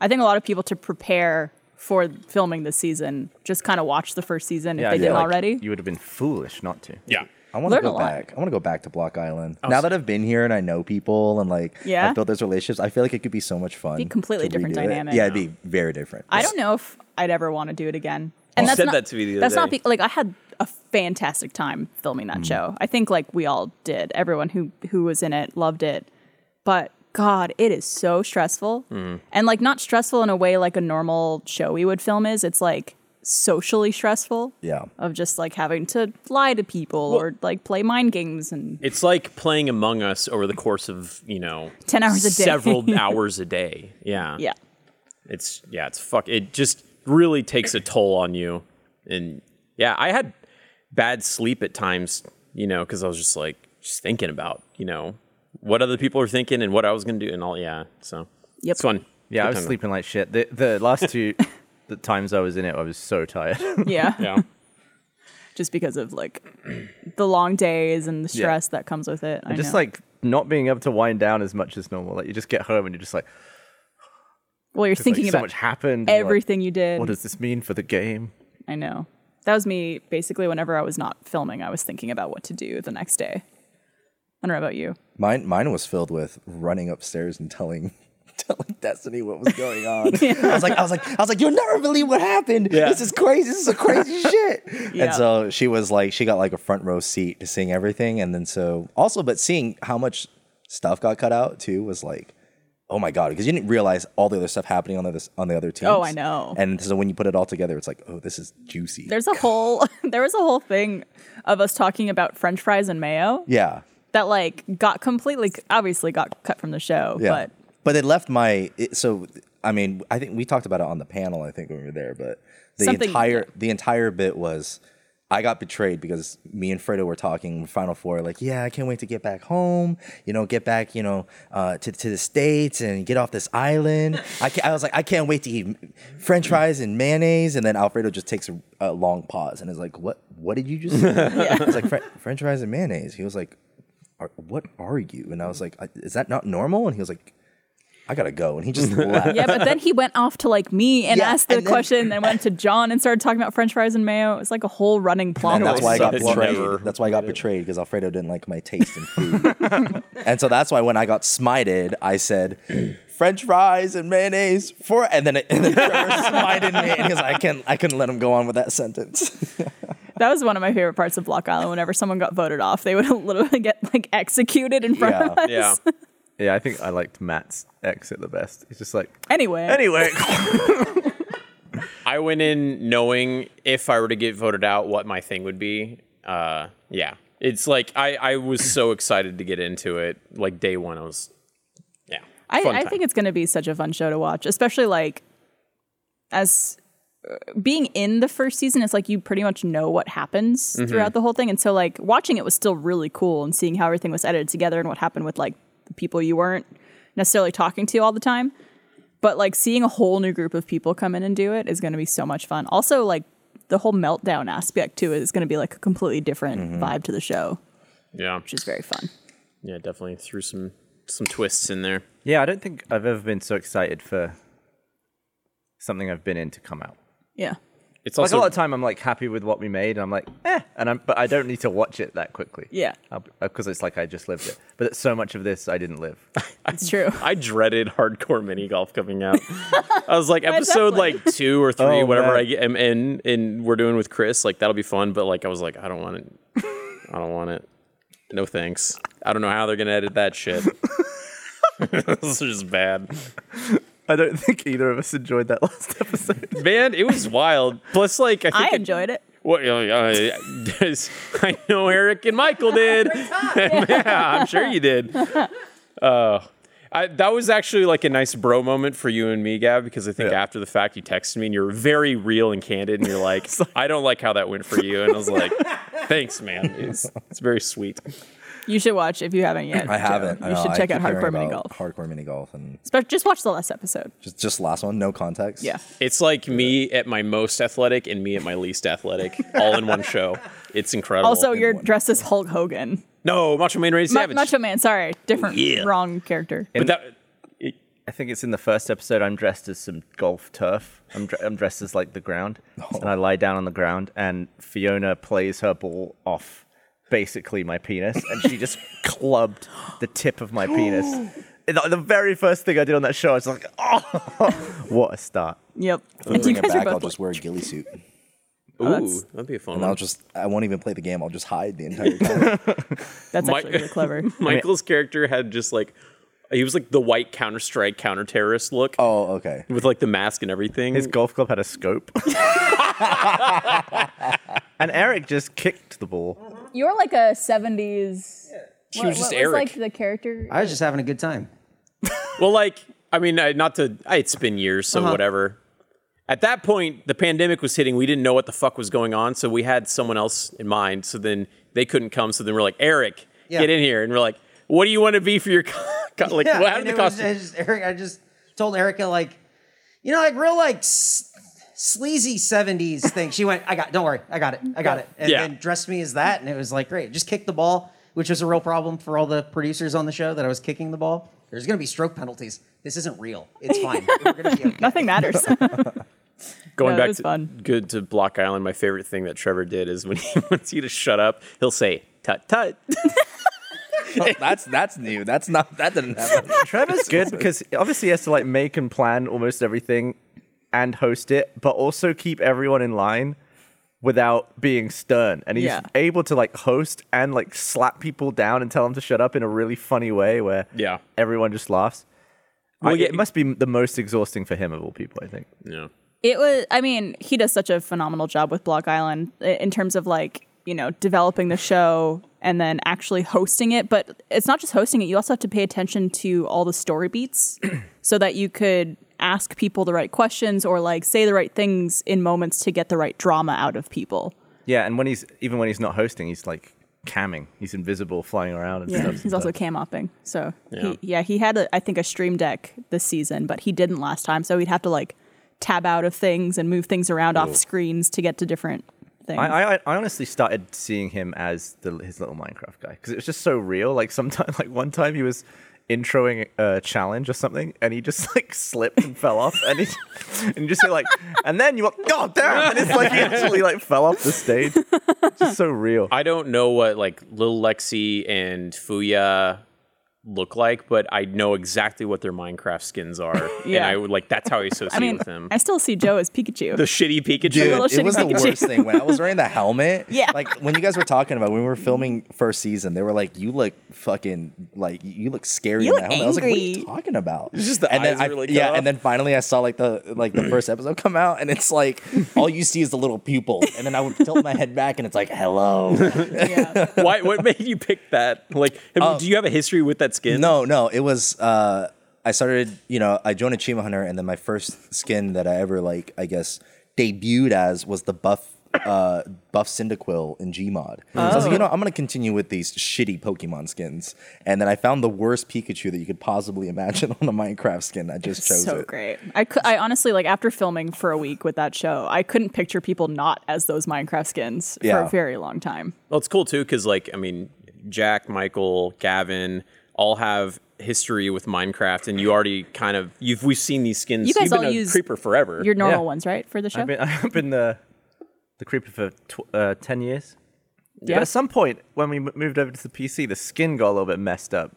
B: I think a lot of people to prepare for filming this season just kind of watch the first season if
E: I
B: they
E: feel
B: didn't
E: like
B: already.
E: You would have been foolish not to.
D: Yeah.
C: I want to
B: Learn a
C: go
B: lot.
C: back. I want to go back to Block Island. now that I've been here and I know people and like
B: Yeah.
C: I've built those relationships, I feel like it could be so much fun.
B: Be completely
C: to
B: different
C: redo it.
B: dynamic.
C: Yeah, it'd be very different.
B: I don't know if I'd ever want to do it again. And
D: You said
B: not,
D: that to me the other
B: That's not
D: day. Mm.
B: be, like I had a fantastic time filming that show. I think like we all did. Everyone who who was in it loved it. But God, it is so stressful,
D: Mm.
B: and like not stressful in a way like a normal show we would film is. It's like socially stressful.
C: Yeah.
B: Of just like having to lie to people or like play mind games and
D: It's like playing Among Us over the course of you know
B: 10 hours a day. [LAUGHS]
D: several hours a day. Yeah,
B: yeah.
D: it's yeah, it's fuck. It just really takes a toll on you, and yeah, I had bad sleep at times, you know, because I was just like just thinking about you know what other people are thinking and what I was gonna do and all. Yeah, so
B: Yep.
D: it's fun.
E: Yeah,
D: Good
E: I was
D: time.
E: sleeping like shit. The the last two the times I was in it, I was so [LAUGHS] tired.
B: [LAUGHS] Yeah.
D: Yeah.
B: Just because of like the long days and the stress that comes with it. I
E: just
B: know.
E: like not being able to wind down as much as normal. Like you just get home and you're just like,
B: well, you're
E: it's
B: thinking
E: like, so
B: about
E: much happened. and you're like,
B: everything you did.
E: what does this mean for the game?
B: I know. That was me basically whenever I was not filming, I was thinking about what to do the next day. I don't know about you.
C: Mine mine was filled with running upstairs and telling [LAUGHS] telling Destiny what was
B: [LAUGHS]
C: going on. I was like I was like I was like you'll never believe what happened. This is crazy. This is
B: [LAUGHS]
C: a crazy shit.
B: Yeah.
C: And so she was like she got like a front row seat to seeing everything and then so also but seeing how much stuff got cut out too was like oh my god because you didn't realize all the other stuff happening on the other- on the other teams.
B: Oh, I know.
C: And so when you put it all together it's like oh this is juicy.
B: There's a whole [LAUGHS] there was a whole thing of us talking about french fries and mayo
C: yeah.
B: that like got completely obviously got cut from the show,
C: Yeah.
B: but
C: they left my it, so I mean I think we talked about it on the panel I think when we were there, but the
B: Something-
C: entire
B: yeah.
C: the entire bit was I got betrayed because me and Fredo were talking Final Four like yeah I can't wait to get back home you know get back you know uh, to to the states and get off this island I can, I was like I can't wait to eat French fries and mayonnaise and then Alfredo just takes a, a long pause and is like what what did you
B: [LAUGHS]
C: just say? it's like Fre- French fries and mayonnaise he was like are, what are you? And I was like, "I- is that not normal? And he was like, I gotta go. And he
B: [LAUGHS]
C: just left.
B: yeah, but then he went off to like me and
C: Yeah,
B: asked the
C: and then-
B: question, then went to John and started talking about French fries and mayo. It's like a whole running plot.
C: And that's
B: point.
C: why I got
D: It's
C: betrayed.
D: never-
C: That's why I got betrayed because Alfredo didn't like my taste in food.
B: [LAUGHS]
C: and so that's why when I got smited, I said, French fries and mayonnaise for, and then, it, and then
B: [LAUGHS]
C: Trevor smited me because I can I couldn't let him go on with that sentence.
B: That was one of my favorite parts of Block Island. Whenever someone got voted off, they would [LAUGHS] literally get like executed in front of
C: Yeah.
B: us.
D: Yeah,
E: Yeah, I think I liked Matt's exit the best. It's just like
B: Anyway,
E: anyway.
D: I went in knowing if I were to get voted out, what my thing would be. Uh, yeah, it's like I I was
E: [CLEARS THROAT]
D: so excited to get into it. Like day one, I was. Yeah,
B: I,
D: Fun
B: I
D: time.
B: think it's going to be such a fun show to watch, especially like as uh, being in the first season. It's like you pretty much know what happens
D: Mm-hmm.
B: throughout the whole thing, and so like watching it was still really cool and seeing how everything was edited together and what happened with like the people you weren't necessarily talking to all the time. But like seeing a whole new group of people come in and do it is going to be so much fun. Also, like the whole meltdown aspect too is going to be like a completely different
D: Mm-hmm.
B: vibe to the show,
D: yeah.
B: which is very fun.
D: Yeah, definitely threw some some twists in there.
E: yeah, I don't think I've ever been so excited for something I've been in to come out.
B: Yeah.
D: It's
E: Like
D: also
E: a lot of time, I'm like happy with what we made, and I'm like, eh, and I'm, but I don't need to watch it that quickly.
B: Yeah.
E: because it's like I just lived it. But so much of this I didn't live.
D: Mm.
B: It's true.
D: I dreaded hardcore mini golf coming out. I
E: [LAUGHS]
D: was like episode
B: definitely.
D: like two or three,
C: Oh,
D: whatever
C: man.
D: I get, am in, and we're doing with Chris. Like that'll be fun, but like I was like, I don't want it. I don't want it. No thanks. I don't know how they're gonna edit that shit. [LAUGHS] this is just bad,
E: [LAUGHS] I don't think either of us enjoyed that last episode.
D: man. It was wild. Plus, like I
B: I
D: think
B: enjoyed it.
D: What, uh, uh, does- I
B: [LAUGHS]
D: [LAUGHS] know Eric and Michael did. yeah, I'm sure you did. Uh, I, that was actually like a nice bro moment for you and me, Gab, because I think after the fact you texted me and you're very real and candid, and
C: [LAUGHS]
D: you're like, "I don't like how that went for you," and I was
B: [LAUGHS]
D: like, "Thanks, man. It's it's very sweet."
B: You should watch if you haven't yet.
C: I haven't.
B: Joe.
C: I
B: You
C: know,
B: should
C: I
B: check out
C: keep hearing
B: Hardcore Mini
C: about
B: Golf.
C: Hardcore mini golf and
B: Spe- just watch the last episode.
C: just just last one, no context.
B: Yeah.
D: It's like me at my most athletic and me at my least athletic, all in one show. It's incredible.
B: Also, you're
C: one.
B: dressed as Hulk Hogan.
D: no Macho Man Randy
B: Ma-
D: Savage.
B: Macho Man, sorry. Different, wrong character.
D: but that,
E: I think it's in the first episode. I'm dressed as some golf turf. I'm, dre- I'm dressed as like the ground, and I lie down on the ground, and Fiona plays her ball off basically my penis, and she just clubbed the tip of my penis. And The the very first thing I did on that show, I was like, "Oh, what a start!"
B: Yep.
C: If we
B: you
C: bring it
B: guys are
C: back, I'll
B: both.
C: just wear a ghillie suit.
B: Oh,
D: ooh, that'd be a fun
C: And I'll
D: one.
C: just I won't even play the game. I'll just hide the entire time.
B: That's
D: My-
B: actually really clever.
D: Michael's character had just like, he was like the white Counter Strike counter terrorist look
C: [LAUGHS] oh, [LAUGHS] okay.
D: with like the mask and everything.
E: His golf club had a scope, and Eric just kicked the ball.
B: [LAUGHS] You're like a 70s.
D: She was just Eric.
B: the character?
F: I was just having a good time.
D: well, like, I mean, I, not to, I, it's been years, so whatever. At that point, the pandemic was hitting. We didn't know what the fuck was going on, so we had someone else in mind. So then they couldn't come. So then we're like, Eric,
F: Yeah.
D: get in here, and we're like, what do you want to be for your? Co- [LAUGHS] co- like, what
F: and
D: happened to
F: it was-
D: costume?
F: I just, Eric, I just told Erica like, you know, like real like s- sleazy
D: [LAUGHS]
F: '70s thing. She went, "I got, don't worry, I got it, I got it," and
D: Yeah.
F: then dressed me as that, and it was like great. Just kicked the ball, which was a real problem for all the producers on the show that I was kicking the ball. There's gonna be stroke penalties. This isn't real.
D: [LAUGHS]
F: It's fine. We're gonna be okay.
B: Nothing
C: [LAUGHS]
B: matters.
D: Going
B: No, it
D: back
B: was
D: to
B: fun.
D: good to Block Island, my favorite thing that Trevor did is when he [LAUGHS] wants you to shut up, he'll say tut tut.
C: that's that's new. That's not that
B: [LAUGHS]
C: didn't happen.
E: Trevor's good [LAUGHS] because obviously he has to like make and plan almost everything and host it, but also keep everyone in line without being stern. And he's
B: Yeah.
E: able to like host and like slap people down and tell them to shut up in a really funny way where
D: Yeah.
E: everyone just laughs.
D: Well,
E: I-
D: yeah,
E: it must be the most exhausting for him of all people, I think.
D: Yeah.
B: it was i mean he does such a phenomenal job with block island i- in terms of like you know developing the show and then actually hosting it but it's not just hosting it you also have to pay attention to all the story beats so that you could ask people the right questions or like say the right things in moments to get the right drama out of people
E: Yeah, and when he's even when he's not hosting, he's like camming. He's invisible flying around and stuff.
B: he's also cam opping so
D: Yeah.
B: he, yeah he had a, i think a stream deck this season but he didn't last time so he'd have to like tab out of things and move things around off screens to get to different things
E: I, I, I honestly started seeing him as the, his little Minecraft guy because it was just so real. Like sometimes, [LAUGHS] like one time he was introing a challenge or something, and he just [LAUGHS] like slipped and fell off, and he [LAUGHS] and you just hear like, and then you like, God damn! And it's like he actually like fell off the stage. It's just so real.
D: I don't know what like Lil Lexi and Fuya look like, but I know exactly what their Minecraft skins
B: [LAUGHS]
D: are. And
B: Yeah.
D: I would like that's how I
B: [LAUGHS]
D: associate
B: I mean,
D: with them.
B: I still see Joe as
C: [LAUGHS]
B: Pikachu.
D: the shitty Pikachu.
B: little [LAUGHS]
C: Dude, it
B: shitty
C: was the
B: Pikachu.
C: worst thing when I was wearing the helmet.
B: [LAUGHS] Yeah.
C: Like when you guys were talking about when we were filming first season, they were like, "You look fucking like you look scary."
B: You
C: in
B: look
C: that helmet. I was like, "What are you
B: angry.
C: talking about?"
D: just the
C: and then
D: eyes
C: I,
D: are really cut
C: yeah,
D: off.
C: and then finally I saw like the like the first episode come out, and it's like all you see is the little pupil, and then I would tilt my head back, and it's like, "Hello."
D: [LAUGHS]
C: [LAUGHS]
D: Why what made you pick that? Like have- do you have a history with that skin?
C: Uh, No, no, it was. Uh, I started, you know, I joined Achievement Hunter, and then my first skin that I ever like, I guess, debuted as was the buff. Uh, buff Cyndaquil in Gmod. So I was like, you know, I'm gonna continue with these shitty Pokemon skins, and then I found the worst Pikachu that you could possibly imagine on a Minecraft skin. I just chose
B: so
C: it.
B: great. I, cou- I honestly like after filming for a week with that show, I couldn't picture people not as those Minecraft skins for
C: Yeah.
B: a very long time.
D: Well, it's cool too because, like, I mean, Jack, Michael, Gavin, all have history with Minecraft, and you already kind of you've we've seen these skins.
B: You guys
D: have been
B: all
D: a
B: use
D: creeper forever.
B: Your normal
E: Yeah.
B: ones, right, for the show?
E: I've been, [LAUGHS] I've been the the creeper for tw- uh, ten years.
B: yeah.
E: But at some point, when we m- moved over to the PC, the skin got a little bit messed up.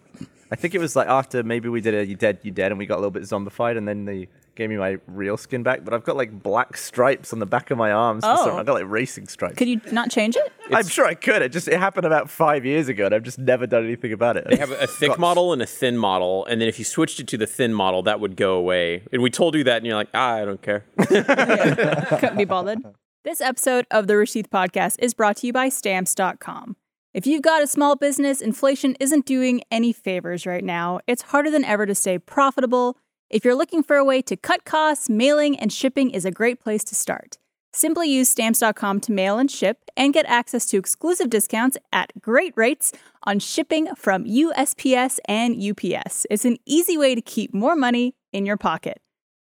E: I think it was like after maybe we did a You Dead, You Dead, and we got a little bit zombified, and then they gave me my real skin back. But I've got like black stripes on the back of my arms. for some-
B: Oh.
E: I've got like racing stripes.
B: Could you not change it?
E: I'm sure I could. It just it happened about five years ago, and I've just never done anything about it.
D: They have a thick model and a thin model, and then if you switched it to the thin model, that would go away. And we told you that, and you're like, ah, I don't care.
B: [LAUGHS] Couldn't be bothered. This episode of the Rashid Podcast is brought to you by Stamps.com. If you've got a small business, inflation isn't doing any favors right now. It's harder than ever to stay profitable. If you're looking for a way to cut costs, mailing and shipping is a great place to start. Simply use stamps.com to mail and ship and get access to exclusive discounts at great rates on shipping from USPS and UPS. It's an easy way to keep more money in your pocket.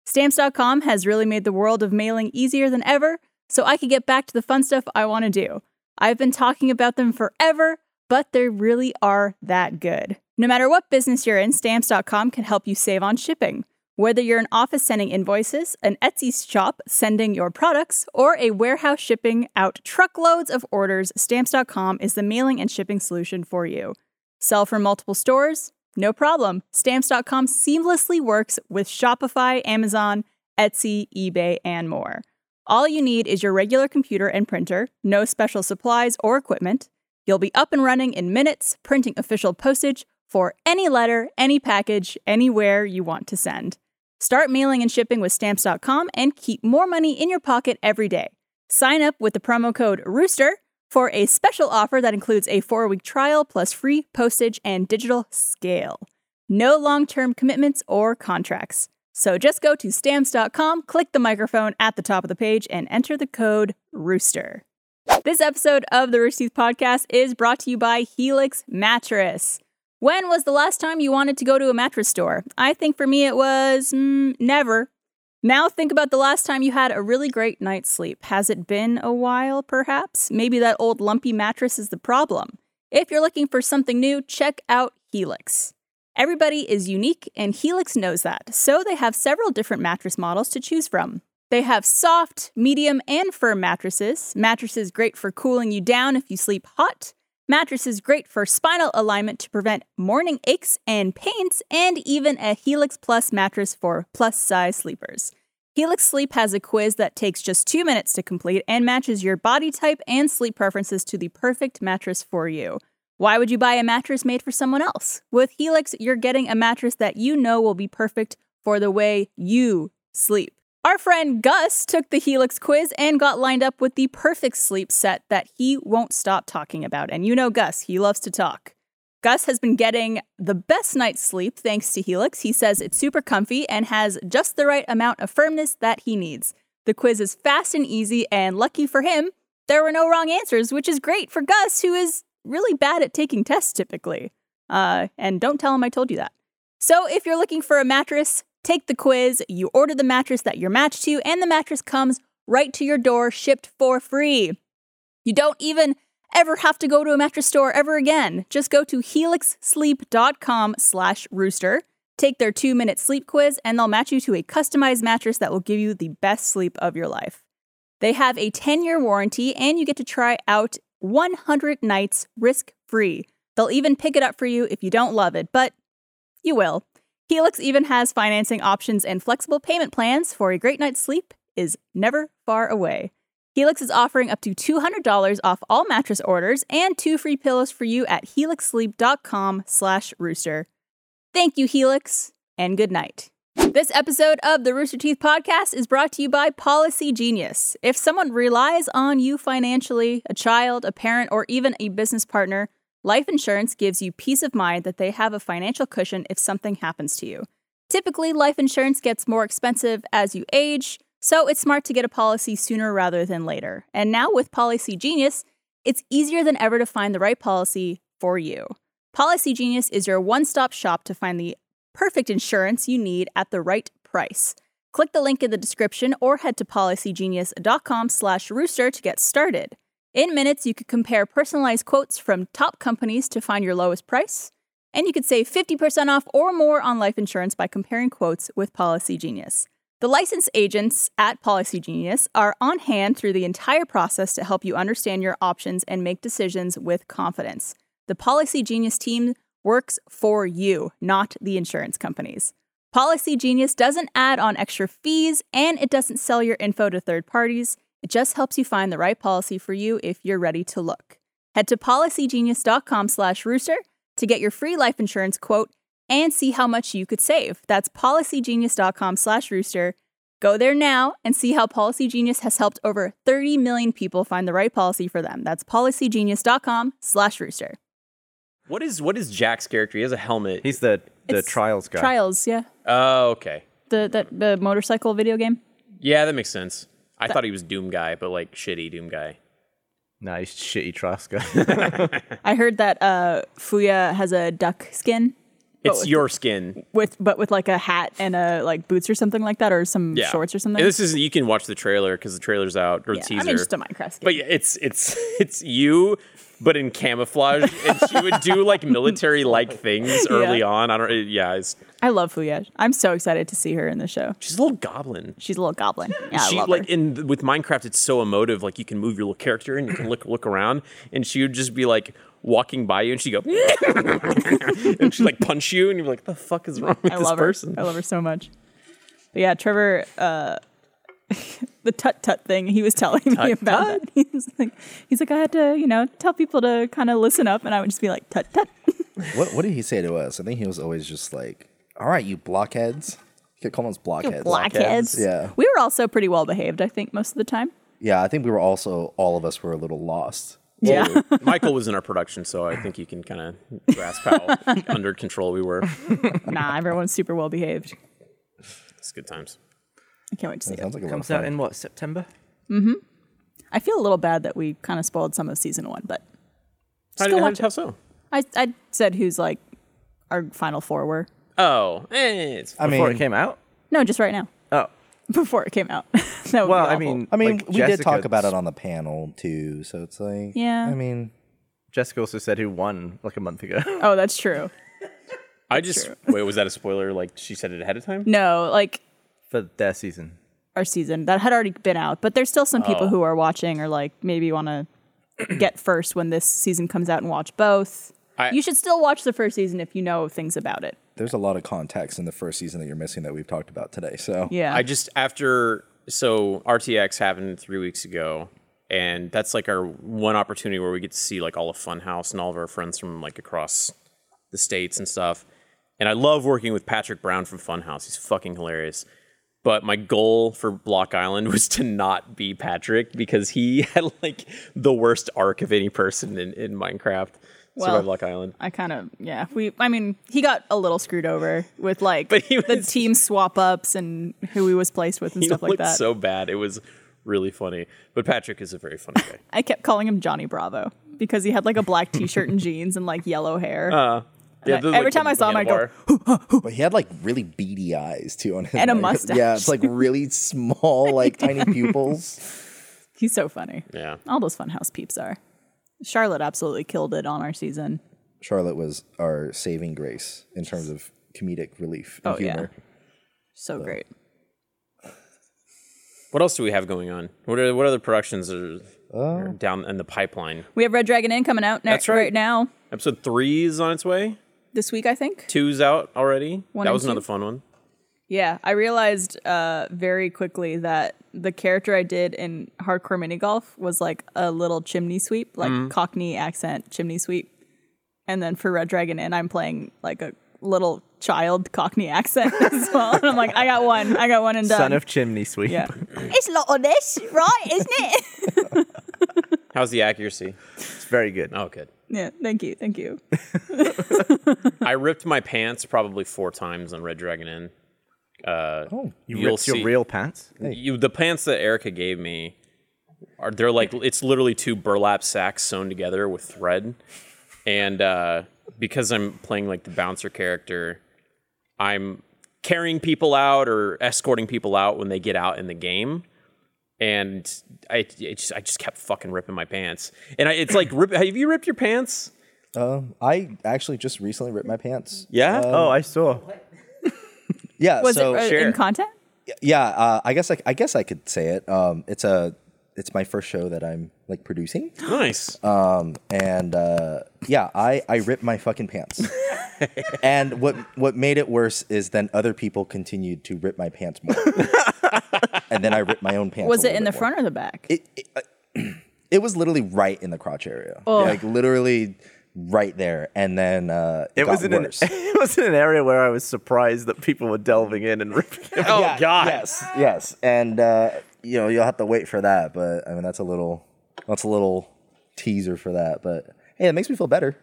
B: Stamps.com has really made the world of mailing easier than ever, so I could get back to the fun stuff I want to do. I've been talking about them forever, but they really are that good. No matter what business you're in, stamps.com can help you save on shipping. Whether you're an office sending invoices, an Etsy shop sending your products, or a warehouse shipping out truckloads of orders, stamps.com is the mailing and shipping solution for you. Sell from multiple stores? No problem. Stamps.com seamlessly works with Shopify, Amazon, Etsy, eBay, and more. All you need is your regular computer and printer, no special supplies or equipment. You'll be up and running in minutes, printing official postage for any letter, any package, anywhere you want to send. Start mailing and shipping with stamps.com and keep more money in your pocket every day. Sign up with the promo code ROOSTER for a special offer that includes a four week trial plus free postage and digital scale. No long term commitments or contracts. So just go to stamps.com, click the microphone at the top of the page, and enter the code ROOSTER. This episode of the Rooster Teeth Podcast is brought to you by Helix Mattress. When was the last time you wanted to go to a mattress store? I think for me it was mm, never. Now think about the last time you had a really great night's sleep. Has it been a while, perhaps? Maybe that old lumpy mattress is the problem. If you're looking for something new, check out Helix. Everybody is unique, and Helix knows that, so they have several different mattress models to choose from. They have soft, medium, and firm mattresses, mattresses great for cooling you down if you sleep hot, mattresses great for spinal alignment to prevent morning aches and pains, and even a Helix Plus mattress for plus size sleepers. Helix Sleep has a quiz that takes just two minutes to complete and matches your body type and sleep preferences to the perfect mattress for you. Why would you buy a mattress made for someone else? With Helix, you're getting a mattress that you know will be perfect for the way you sleep. Our friend Gus took the Helix quiz and got lined up with the perfect sleep set that he won't stop talking about. And you know Gus, he loves to talk. Gus has been getting the best night's sleep thanks to Helix. He says it's super comfy and has just the right amount of firmness that he needs. The quiz is fast and easy, and lucky for him, there were no wrong answers, which is great for Gus, who is really bad at taking tests typically. Uh, and don't tell him I told you that. So if you're looking for a mattress, take the quiz. You order the mattress that you're matched to, and the mattress comes right to your door, shipped for free. You don't even ever have to go to a mattress store ever again. Just go to helixsleep.com slash rooster, take their two-minute sleep quiz, and they'll match you to a customized mattress that will give you the best sleep of your life. They have a 10-year warranty, and you get to try out 100 nights risk free. They'll even pick it up for you if you don't love it, but you will. Helix even has financing options and flexible payment plans for a great night's sleep is never far away. Helix is offering up to $200 off all mattress orders and two free pillows for you at helixsleep.com slash rooster. Thank you, Helix, and good night. This episode of the Rooster Teeth podcast is brought to you by Policy Genius. If someone relies on you financially, a child, a parent, or even a business partner, life insurance gives you peace of mind that they have a financial cushion if something happens to you. Typically, life insurance gets more expensive as you age, so it's smart to get a policy sooner rather than later. And now with Policy Genius, it's easier than ever to find the right policy for you. Policy Genius is your one stop shop to find the perfect insurance you need at the right price. Click the link in the description or head to policygenius.com slash rooster to get started. In minutes, you could compare personalized quotes from top companies to find your lowest price, and you could save 50% off or more on life insurance by comparing quotes with Policy Genius. The licensed agents at Policy Genius are on hand through the entire process to help you understand your options and make decisions with confidence. The Policy Genius team works for you, not the insurance companies. Policy Genius doesn't add on extra fees and it doesn't sell your info to third parties. It just helps you find the right policy for you if you're ready to look. Head to policygenius.com/rooster to get your free life insurance quote and see how much you could save. That's policygenius.com/rooster. Go there now and see how Policy Genius has helped over 30 million people find the right policy for them. That's policygenius.com slash rooster.
D: [LAUGHS] What is what is Jack's character? He has a helmet.
E: [LAUGHS] He's the the
B: It's
E: trials guy.
B: Trials, yeah.
D: oh, okay.
B: The, that the motorcycle video game.
D: Yeah, that makes sense. I thought he was Doom guy, but like shitty Doom guy.
E: Nice shitty trials
C: [LAUGHS]
E: guy.
B: I heard that uh, Fuya has a duck skin
D: It's your skin.
B: with but with like a hat and a like boots or something like that or some
D: Yeah.
B: shorts or something.
D: And this is you can watch the trailer because the trailer's out or
B: yeah,
D: the teaser.
B: I mean just a Minecraft game.
D: But yeah, it's it's [LAUGHS] it's you, but in camouflage, and she would do like military like
B: [LAUGHS]
D: things early on. I don't. Yeah, it's,
B: I love Fuya. I'm so excited to see her in the show.
D: she's a little goblin.
B: She's a little goblin. Yeah, I
D: she
B: love
D: like
B: her.
D: in with Minecraft, it's so emotive. Like you can move your little character and you can look look around, and she would just be like walking by you, and she would go, [LAUGHS] and she would like punch you, and you're like, the fuck is wrong with
B: I
D: this
B: love
D: person?
B: her. I love her so much. But yeah, Trevor, uh, [LAUGHS] the tut tut thing he was telling me about. That. [LAUGHS] He's like, he's like, I had to, you know, tell people to kind of listen up, and I would just be like, tut tut.
C: What what did he say to us? I think he was always just like, "All right, you blockheads." He kept calling us blockheads.
B: Blackheads.
C: Yeah.
B: we were also pretty well behaved, I think, most of the time.
C: Yeah, I think we were also all of us were a little lost.
B: yeah, [LAUGHS]
D: [LAUGHS] Michael was in our production, so I think you can kind of grasp
B: [LAUGHS]
D: how under control we were.
B: nah, everyone's super well behaved.
D: It's good times.
B: I can't wait to see it.
C: Sounds like a lot of
E: Comes
C: fun.
E: out in what September?
B: I feel a little bad that we kind of spoiled some of season one, but Still
D: How, did- how,
B: watch
D: did- how so?
B: I I said who's like our final four were.
D: Oh, eh, it's
B: Uh,
C: I
E: Before
C: mean,
E: it came out.
B: No, just right now.
E: Oh,
B: [LAUGHS] Before it came out. [LAUGHS] that would be
E: well, I
B: awful.
E: mean,
C: I mean,
E: like,
C: we did
E: Jessica-
C: talk about it on the panel too, so it's like,
B: Yeah.
C: I mean,
E: Jessica also said who won like a month ago. [LAUGHS]
B: Oh, that's true.
D: I just wait. Was that a spoiler? Like she said it ahead of time?
B: No, like
E: for their season.
B: our season that had already been out, but there's still some
D: Oh.
B: people who are watching or like maybe want to [CLEARS THROAT] get first when this season comes out and watch both.
D: I-
B: you should still watch the first season if you know things about it.
C: there's a lot of context in the first season that you're missing that we've talked about today. So
B: Yeah.
D: I just after so RTX happened three weeks ago, and that's like our one opportunity where we get to see like all of Funhouse and all of our friends from like across the states and stuff. And I love working with Patrick Brown from Funhouse. He's fucking hilarious. But my goal for Block Island [LAUGHS] was to not be Patrick because he [LAUGHS] had like the worst arc of any person in, in Minecraft. Survive Block Island.
B: I kind of yeah. We I mean he got a little screwed over with like
D: But he
B: the
D: was-
B: team swap ups and who he was placed with and
D: [LAUGHS] He
B: [LAUGHS] stuff like
D: looked
B: that.
D: so bad. It was really funny. But Patrick is a very funny
B: [LAUGHS]
D: guy.
B: I kept calling him Johnny Bravo because he had like a black T-shirt
D: [LAUGHS]
B: and jeans and like yellow hair.
D: Uh, Yeah,
B: I-
D: the-
B: every
D: like,
B: time
D: the
B: I saw him, I'd go,
D: handlebar.
C: But he had like really beady eyes too on his
B: And a
C: like-
B: mustache.
C: Yeah, it's like
B: [LAUGHS]
C: really small, like tiny pupils.
B: He's so funny.
D: Yeah.
B: All those Funhouse peeps are. Charlotte absolutely killed it on our season.
C: Charlotte was our saving grace in terms of comedic relief and
B: Oh, yeah.
C: humor.
B: So great.
D: What else do we have going on? What are what other productions are, are
E: Um,
D: down in the pipeline?
B: We have Red Dragon Inn coming out next
D: That's right.
B: right now
D: Episode three is on its way.
B: this week, I think.
D: Two's out already.
B: One
D: that
B: and
D: was another
B: two?
D: fun one.
B: Yeah, I realized uh, very quickly that the character I did in hardcore mini golf was like a little chimney sweep, like
C: Mm-hmm.
B: Cockney accent chimney sweep. And then for Red Dragon Inn, I'm playing like a little child Cockney accent [LAUGHS] as well. And I'm like, I got one, I got one and done.
E: Son of Chimney Sweep.
B: yeah. it's a lot on this, right? Isn't it?
D: How's the accuracy?
E: [LAUGHS] It's very good.
D: Oh, good.
B: [LAUGHS] yeah. Thank you, thank
C: [LAUGHS]
B: you.
D: I ripped my pants probably four times on Red Dragon Inn. Uh,
E: Oh, you
D: you'll
E: ripped your
D: see.
E: real pants.
D: You, the pants that Erica gave me are they're like it's literally two burlap sacks sewn together with thread, and uh, because I'm playing like the bouncer character, I'm carrying people out or escorting people out when they get out in the game. And I, it just, I just kept fucking ripping my pants. And I, it's like, rip, have you ripped your pants?
C: Um, I actually just recently ripped my pants.
D: Yeah.
E: oh, I saw.
C: Yeah.
B: Was
C: so
B: it uh,
D: share.
B: in content?
C: yeah, uh, I guess I, I guess I could say it. Um, it's a it's my first show that I'm like producing,
D: nice.
C: Uh, and uh, yeah, I I ripped my
E: [LAUGHS]
C: fucking pants. and what what made it worse is then other people continued to rip my pants
E: [LAUGHS]
C: more, and then I ripped my own pants.
B: Was
C: a
B: it
C: little
B: in the
C: bit more.
B: front or the back?
C: [CLEARS THROAT]
B: Oh.
C: It it, uh, it was literally right in the crotch area, like literally right there, and then uh, it,
E: It
C: got
E: was in an,
C: worse.
E: [LAUGHS] it was in an area where I was surprised that people were delving in and [LAUGHS] ripping. it
D: Oh
C: Yeah,
D: God!
C: Yes, yes, and uh, you know you'll have to wait for that. But I mean that's a little that's a little teaser for that. But hey, it makes me feel better.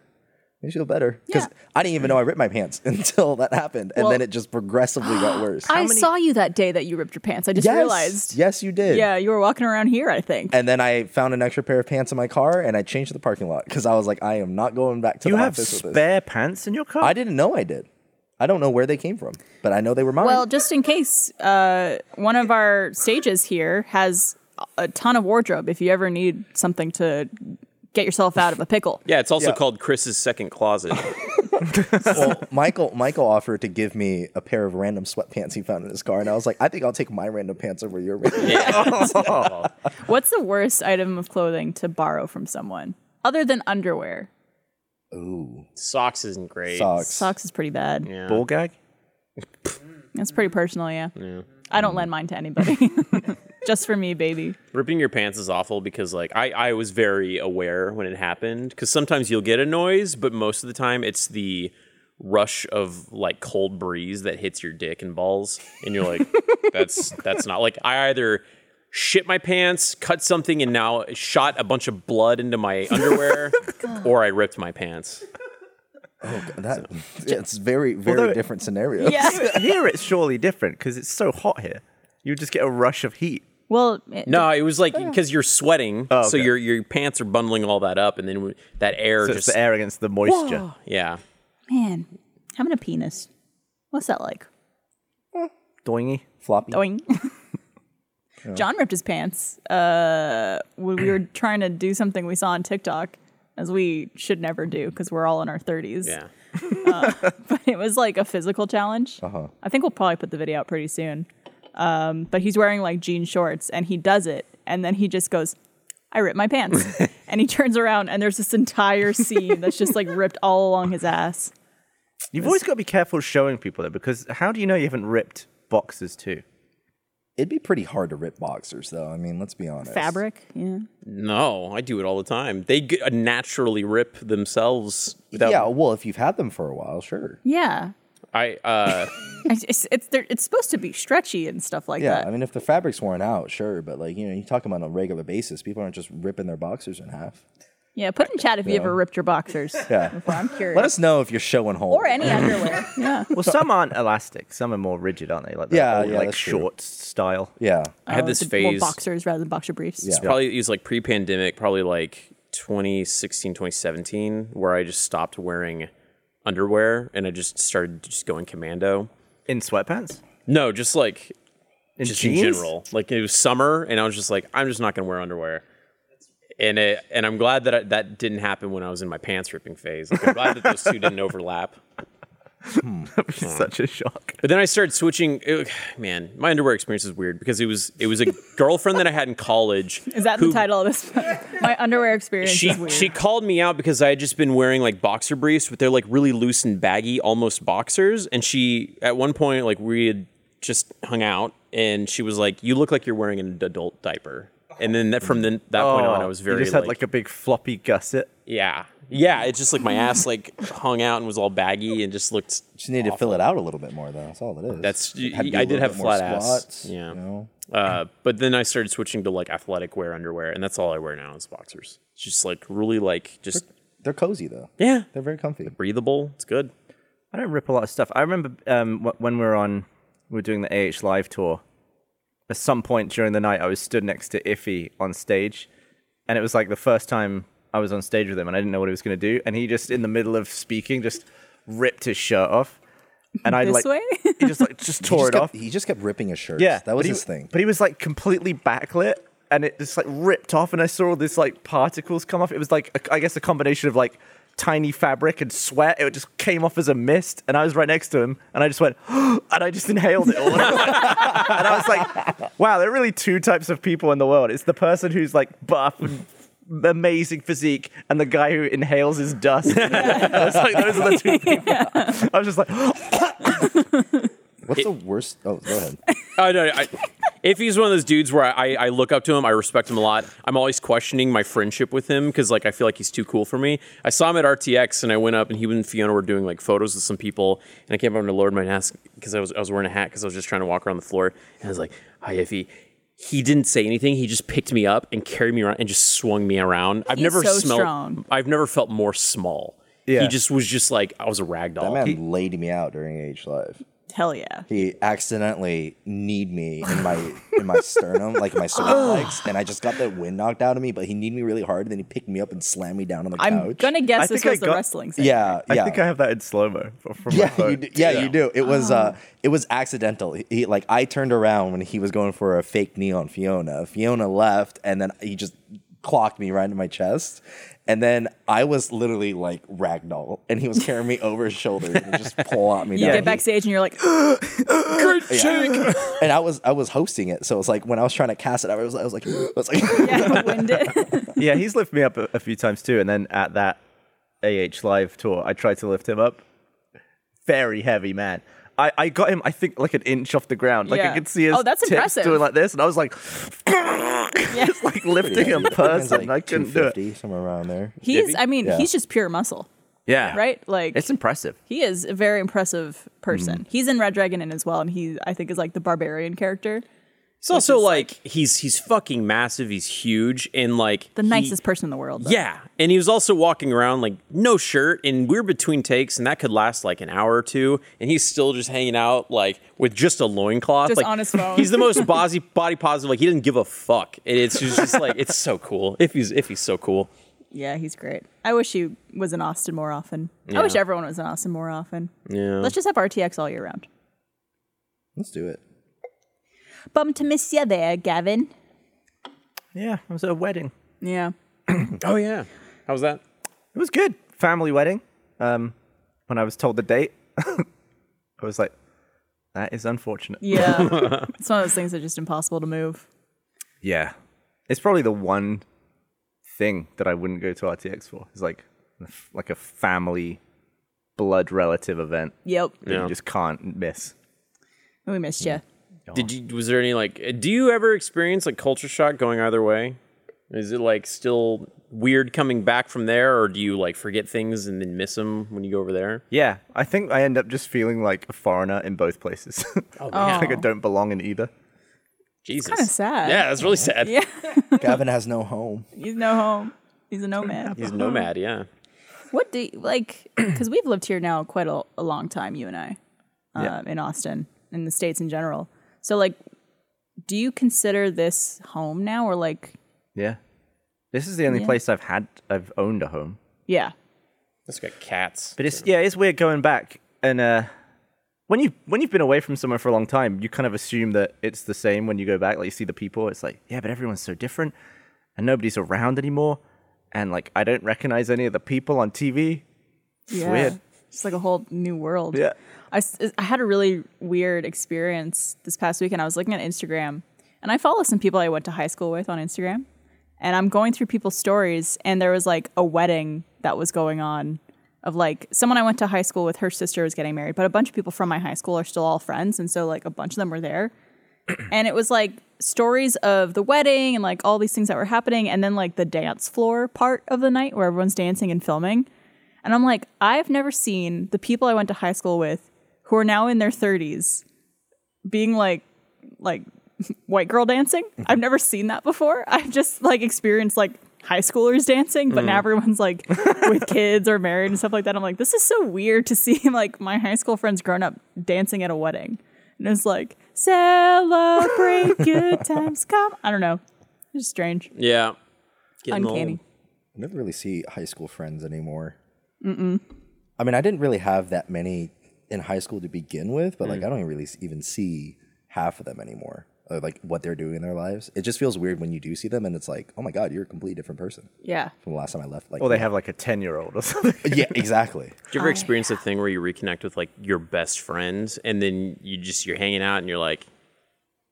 C: Makes me feel better because
B: Yeah.
C: I didn't even know I ripped my pants [LAUGHS] until that happened, and then
B: Well-
C: it just progressively got worse.
B: [GASPS] I saw you that day that you ripped your pants. I just
C: yes,
B: realized.
C: yes, you did.
B: Yeah, you were walking around here, I think.
C: And then I found an extra pair of pants in my car, and I changed the parking lot because I was like, I am not going back to
E: You
C: the
E: have
C: office with this.
E: spare pants in your car?
C: I didn't know I did. I don't know where they came from, but I know they were mine.
B: Well, just in case, uh, one of our stages here has a ton of wardrobe if you ever need something to get yourself out of a pickle.
D: Yeah, it's also
C: Yeah.
D: called Chris's
C: [LAUGHS]
D: second closet.
C: well, Michael Michael offered to give me a pair of random sweatpants he found in his car, and I was like, I think I'll take my random pants over your random.
B: What's the worst item of clothing to borrow from someone other than underwear?
D: Socks isn't great.
C: socks.
B: Socks is pretty bad.
E: Ball gag?
B: That's pretty personal, yeah. I don't lend mine to anybody. [LAUGHS] just for me, baby.
D: Ripping your pants is awful because like I, I was very aware when it happened because sometimes you'll get a noise, but most of the time it's the rush of like cold breeze that hits your dick and balls, and you're like, that's that's not like I either shit my pants, cut something, and now shot a bunch of blood into my underwear, or I ripped my pants.
C: [LAUGHS] That, it's very very
E: Although-
C: different scenario.
B: Yeah.
E: [LAUGHS] here it's surely different because it's so hot here. You just get a rush of heat.
B: well, it-
D: No, it was like because you're sweating, so
E: Oh, okay.
D: your your pants are bundling all that up, and then w- that air
E: So
D: just
E: it's the air against the moisture.
D: yeah.
B: man, having a penis. What's that like?
E: Doingy.
C: Floppy.
B: Doing. John ripped his pants uh, when we were trying to do something we saw on TikTok, as we should never do because we're all in our 30s.
D: Yeah.
B: But [LAUGHS] it was like a physical challenge. Uh-huh. I think we'll probably put the video out pretty soon. Um, but he's wearing like jean shorts and he does it. And then he just goes, I ripped my pants. and he turns around and there's this entire scene that's just like ripped all along his ass.
E: You've always got to be careful showing people though, because how do you know you haven't ripped boxes too?
C: It'd be pretty hard to rip boxers, though. I mean, let's be honest.
B: Fabric. Yeah.
D: No, I do it all the time. They g- uh, naturally rip themselves. Without,
C: yeah. Well, if you've had them for a while, sure.
B: Yeah.
D: I
E: [LAUGHS]
D: uh,
B: It's, it's, it's, they're- it's supposed to be stretchy and stuff like
C: Yeah.
B: that.
C: I mean, if the fabric's worn out, sure. But like you know, you talk about on a regular basis. People aren't just ripping their boxers in half.
B: Yeah, put in chat if you ever ripped your boxers.
C: Yeah.
B: [LAUGHS] Before, I'm curious.
C: Let us know if you're showing home.
B: or any underwear. Yeah.
E: Well, [LAUGHS] some aren't elastic. Some are more rigid, aren't they? Like the
C: Yeah,
E: old,
C: yeah,
E: like
C: that's true.
E: short style.
C: Yeah.
D: I
E: Oh,
D: had this
B: More
D: phase.
B: boxers rather than boxer briefs.
C: Yeah.
D: It's probably it was like pre-pandemic, probably like 2016, 2017, where I just stopped wearing underwear and I just started just going commando.
E: In sweatpants? [LAUGHS]
D: No, just like
E: In
D: just
E: jeans?
D: in general. Like it was summer, and I was just like, I'm just not gonna wear underwear. And it, and I'm glad that I, that didn't happen when I was in my pants ripping phase. Like, I'm glad that those two didn't overlap.
E: Hmm. Such a shock.
D: But then I started switching. it- [SIGHS] man, my underwear experience is weird because it was
B: [LAUGHS]
D: it was a girlfriend that I had in college.
B: Is that the title of this? My underwear experience
D: She
B: is weird.
D: she called me out because I had just been wearing like boxer briefs, but they're like really loose and baggy, almost boxers. And she at one point like we had just hung out, and she was like, "You look like you're wearing an adult diaper." And then that, from then that point on, I was very
E: Oh, You just had like a big floppy gusset.
D: yeah yeah. It's just like my ass like hung out and was all baggy and just looked.
C: Just need to fill it out a little bit more, though. That's all it is.
D: That's-
C: Had to do a
D: I did
C: little
D: have
C: bit more
D: flat ass.
C: squats,
D: Yeah.
C: You know?
D: Uh, but then I started switching to like athletic wear underwear, and that's all I wear now is boxers. It's just like really like just
C: They're cozy though.
D: yeah,
C: They're very comfy.
D: breathable. It's good.
E: I don't rip a lot of stuff. I remember um, wh- when we were on, we were doing the AH live tour. At some point during the night, I was stood next to Iffy on stage, and it was like the first time I was on stage with him, and I didn't know what he was going to do, and he just in the middle of speaking just ripped his shirt off,
B: [LAUGHS]
E: and I
B: This
E: like
B: way?
E: he just like just
C: He
E: tore
C: just
E: it
C: kept,
E: off.
C: He just kept ripping his shirts.
E: Yeah,
C: that was
E: but he-
C: his thing.
E: But he was like completely backlit, and it just like ripped off, and I saw all this like particles come off. It was like a, I guess a combination of like tiny fabric and sweat. It just came off as a mist, and I was right next to him, and I just went, [GASPS] and I just inhaled it all. [LAUGHS] and I was like, wow, there are really two types of people in the world. It's the person who's like buff and. Amazing physique, and the guy who inhales his dust. [LAUGHS] I was like, those are the two people. I was just like, [GASPS] [LAUGHS]
C: What's the worst? Oh, go ahead.
D: Oh no, I, if he's one of those dudes where I, I look up to him, I respect him a lot. I'm always questioning my friendship with him because like I feel like he's too cool for me. I saw him at RTX and I went up and he and Fiona were doing like photos with some people and I came up to lowered my mask because I was I was wearing a hat because I was just trying to walk around the floor and I was like, "Hi, Iffy." He didn't say anything. He just picked me up and carried me around and just swung me around. I've
B: He's
D: never
B: so
D: smelled.
B: strong.
D: I've never felt more small.
E: Yeah.
D: He just was just like I was a rag doll.
C: That man laid me out during Age Live.
B: Hell yeah.
C: He accidentally kneed me in my in my sternum,
E: [LAUGHS]
C: like my sternum legs, and I just got that wind knocked out of me. But he kneed me really hard, and then he picked me up and slammed me down on the
B: I'm
C: couch.
B: gonna
E: I
B: guess this
E: think I
B: was the
E: got-
B: wrestling segment.
C: Yeah,
E: I
C: yeah.
E: think I have that in slow mo from my
C: yeah,
E: phone.
C: you do, yeah, you do. It was uh,
B: Oh.
C: it was accidental. He, he- like I turned around when he was going for a fake knee on Fiona. Fiona left, and then he just clocked me right into my chest. And then I was literally like ragdoll,
B: [LAUGHS]
C: and he was carrying me over his shoulder and just pull out me
B: You
C: down.
B: get backstage and you're like, [GASPS]
C: and I was I was hosting it, so it's like when I was trying to cast it, I was I was like, [GASPS] I
E: [LAUGHS]
C: was like
B: [LAUGHS] yeah, winded.
E: yeah, he's lifted me up a, a few times too, and then at that AH live tour, I tried to lift him up. Very heavy man. I, I got him, I think, like an inch off the ground. Like
B: Yeah.
E: I could see his
B: Oh, that's
E: tips
B: impressive.
E: doing like this, and I
B: [LAUGHS]
E: was like, just like
C: [LAUGHS]
E: lifting him person. I couldn't do it.
C: 250, somewhere around there.
B: He's, I mean,
C: Yeah.
B: he's just pure muscle,
E: Yeah,
B: right? Like,
E: It's impressive.
B: he is a very impressive person. He's in Red Dragon Inn as well, and he, I think, is like the barbarian character,
D: It's also like, he's he's fucking massive. He's huge and like
B: the
D: he-
B: nicest person in the world. though.
D: Yeah, and he was also walking around like no shirt, and we are between takes, and that could last like an hour or two, and he's still just hanging out like with just a loincloth,
B: Just
D: like,
B: on his phone.
D: He's the
B: [LAUGHS]
D: most body body positive. Like he doesn't give a fuck. And it's just, just like it's so cool. If he's if he's so cool,
B: yeah, he's great. I wish he was in Austin more often. I wish everyone was in Austin more often.
D: yeah.
B: Let's just have RTX all year round.
C: Let's do it.
B: Bum to miss ya there, Gavin.
E: Yeah, I was at a wedding.
B: Yeah.
D: oh yeah, how was that?
E: It was good. Family wedding. Um, when I was told the date, [LAUGHS] I was like, that is unfortunate.
B: Yeah. it's one of those things that's just impossible to move.
E: Yeah. It's probably the one thing that I wouldn't go to RTX for. It's like like a family blood relative event
B: Yep.
E: that you just can't miss.
B: We missed you.
D: Did you was there any like? uh, Do you ever experience like culture shock going either way? Is it like still weird coming back from there, or do you like forget things and then miss them when you go over there?
E: Yeah, I think I end up just feeling like a foreigner in both places. [LAUGHS] Oh, like I don't belong in either.
D: Jesus,
B: kinda sad.
D: Yeah, that's really sad.
B: Yeah.
C: Gavin has no home.
B: He's no home. He's a nomad.
D: [LAUGHS] He's nomad, yeah.
B: What do you like? [CLEARS THROAT] Because we've lived here now quite a, a long time, you and I, uh, in Austin, in the states in general. So, like, do you consider this home now, or like,
E: Yeah. This is the only place I've had I've owned a home.
B: yeah,
D: It's got cats.
E: But it's yeah, it's weird going back and uh when you when you've been away from somewhere for a long time, you kind of assume that it's the same when you go back. Like you see the people, it's like yeah, but everyone's so different, and nobody's around anymore, and like I don't recognize any of the people on TV.
B: yeah,
E: weird.
B: it's like a whole new world.
E: Yeah.
B: I, s- I had a really weird experience this past weekend. I was looking at Instagram and I follow some people I went to high school with on Instagram. And I'm going through people's stories, and there was like a wedding that was going on of like someone I went to high school with, her sister was getting married, but a bunch of people from my high school are still all friends. And so, like, a bunch of them were there. [CLEARS THROAT] and it was like stories of the wedding and like all these things that were happening. And then, like, the dance floor part of the night where everyone's dancing and filming. And I'm like, I've never seen the people I went to high school with who are now in their 30s being like like white girl dancing. I've never seen that before. I've just like experienced like high schoolers dancing, but now everyone's like with kids or married and stuff like that. I'm like, this is so weird to see [LAUGHS] like my high school friends grown up dancing at a wedding. And it's like, celebrate good times come. I don't know. It's strange.
D: yeah. Getting
B: Uncanny.
D: old.
C: I never really see high school friends anymore. Mm-mm. I mean, I didn't really have that many in high school to begin with, but like, I don't really s- even see half of them anymore. Or like what they're doing in their lives. It just feels weird when you do see them, and it's like, oh my god, you're a completely different person
B: Yeah.
C: from the last time I left. Like,
E: Or they have like a ten year old or [LAUGHS] something.
C: [LAUGHS] yeah, exactly.
D: Did you ever experience a thing where you reconnect with like your best friends and then you just you're hanging out and you're like,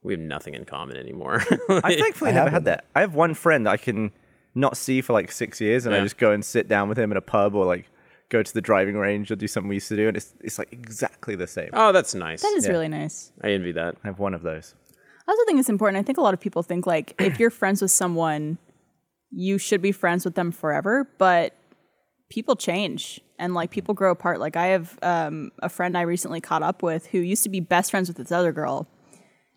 D: we have nothing in common anymore. [LAUGHS]
E: I thankfully
C: I
E: never had
C: haven't.
E: that. I have one friend that I can not see for like six years, and I
D: Yeah.
E: just go and sit down with him in a pub or like go to the driving range or do something we used to do, and it's it's like exactly the same.
D: oh, that's nice.
B: That is really nice.
D: I envy that.
E: I have one of those.
B: I also think it's important. I think a lot of people think like if you're [CLEARS THROAT] friends with someone, you should be friends with them forever. But people change and like people grow apart. Like I have um, a friend I recently caught up with who used to be best friends with this other girl,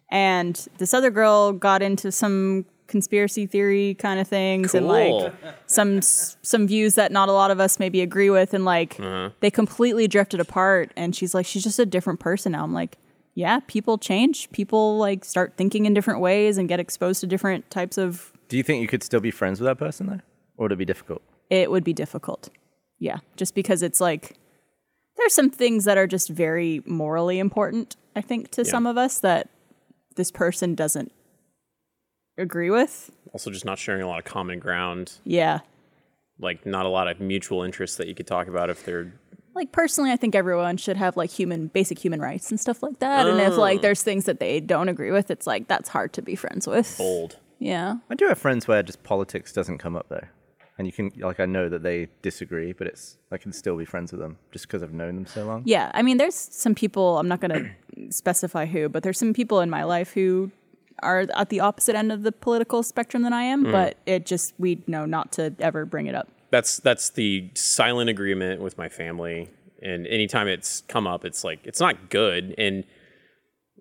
B: and this other girl got into some conspiracy theory kind of things and like some s- some views that not a lot of us maybe agree with and like they completely drifted apart and she's like she's just a different person now i'm like yeah people change people like start thinking in different ways and get exposed to different types of
E: Do you think you could still be friends with that person though, or would it be difficult?
B: it would be difficult yeah just because it's like there's some things that are just very morally important i think to some of us that this person doesn't agree with
D: Also, just not sharing a lot of common ground,
B: yeah
D: like not a lot of mutual interests that you could talk about if they're
B: like personally i think everyone should have like human basic human rights and stuff like that and if like there's things that they don't agree with it's like that's hard to be friends with
D: old.
B: yeah
E: I do have friends where just politics doesn't come up though, and you can like I know that they disagree, but it's I can still be friends with them just because I've known them so long.
B: yeah i mean there's some people i'm not going to specify who but there's some people in my life who are at the opposite end of the political spectrum than i am but it just we know not to ever bring it up
D: That's that's the silent agreement with my family. And anytime it's come up, it's like it's not good. And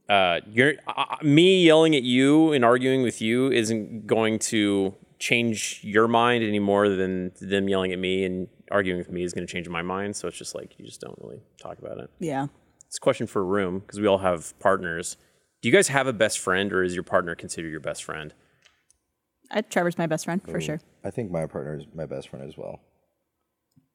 D: uh, you're uh, me yelling at you and arguing with you isn't going to change your mind any more than them yelling at me and arguing with me is going to change my mind. So it's just like you just don't really talk about it.
B: yeah
D: It's a question for a room because we all have partners. Do you guys have a best friend, or is your partner considered your best friend?
B: I, trevor's my best friend for sure
C: I think my partner is my best friend as well.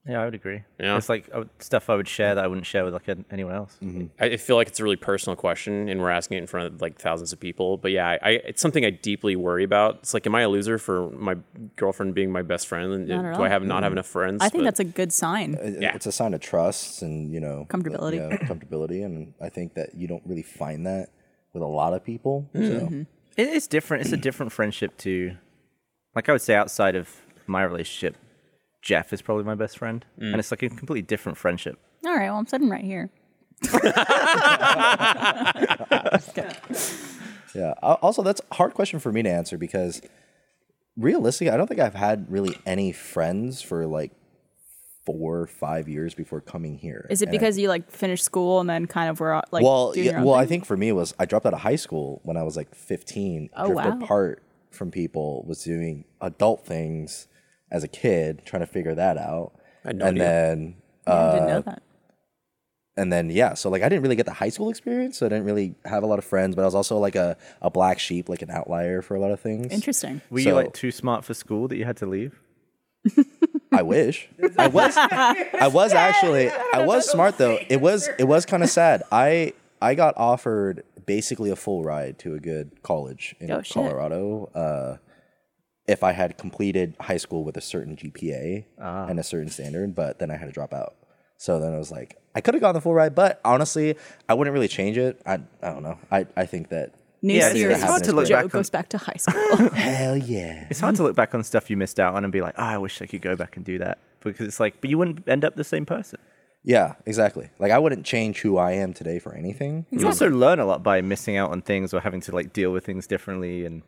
E: Yeah, I would agree.
D: Yeah.
E: It's like I would- stuff I would share that I wouldn't share with like an- anyone else.
D: I I feel like it's a really personal question, and we're asking it in front of like thousands of people. But yeah, I, I it's something I deeply worry about. It's like, am I a loser for my girlfriend being my best friend? And
B: Not at
D: do I
B: all.
D: have not have enough friends?
B: i think
D: But
B: that's a good sign
C: It-
D: Yeah.
C: It's a sign of trust and you know
B: Comfortability.
C: yeah, comfortability, and I think that you don't really find that with a lot of people. So
E: It is different. It's a different friendship to, like I would say, outside of my relationship. Jeff is probably my best friend, and it's like a completely different friendship.
B: all right well i'm sitting right here
C: yeah. Al- Also, that's a hard question for me to answer because realistically, I don't think I've had really any friends for like four or five years before coming here.
B: is it
C: And I-
B: because you like finished school and then kind of were like
C: well,
B: doing your
C: yeah,
B: own
C: well,
B: thing?
C: I think for me it was I dropped out of high school when I was like 15.
B: Oh,
C: drifted
B: wow.
C: apart from people, was doing adult things as a kid, trying to figure that out. and
D: no idea.
C: then
B: I didn't know that.
C: and then yeah, so like I didn't really get the high school experience, so I didn't really have a lot of friends, but I was also like a, a black sheep, like an outlier for a lot of things.
B: Interesting.
E: Were you
C: So-
E: like too smart for school that you had to leave?
C: I wish. I was I was actually I was smart though. It was it was kind of sad. I I got offered basically a full ride to a good college in
B: Oh, shit.
C: Colorado. Uh if I had completed high school with a certain GPA and a certain standard, but then I had to drop out. So then I was like, I could have gone the full ride, but honestly, I wouldn't really change it. I, I don't know. I, I think that
B: New
E: Yeah, it's-
B: series.
C: it's hard to look
B: Joe
E: back on-
B: goes back to high
C: [LAUGHS]
B: school.
C: hell yeah.
E: It's hard to look back on stuff you missed out on and be like, oh, I wish I could go back and do that because it's like, but you wouldn't end up the same person.
C: Yeah, exactly. Like I wouldn't change who I am today for anything.
E: You also learn a lot by missing out on things or having to like deal with things differently and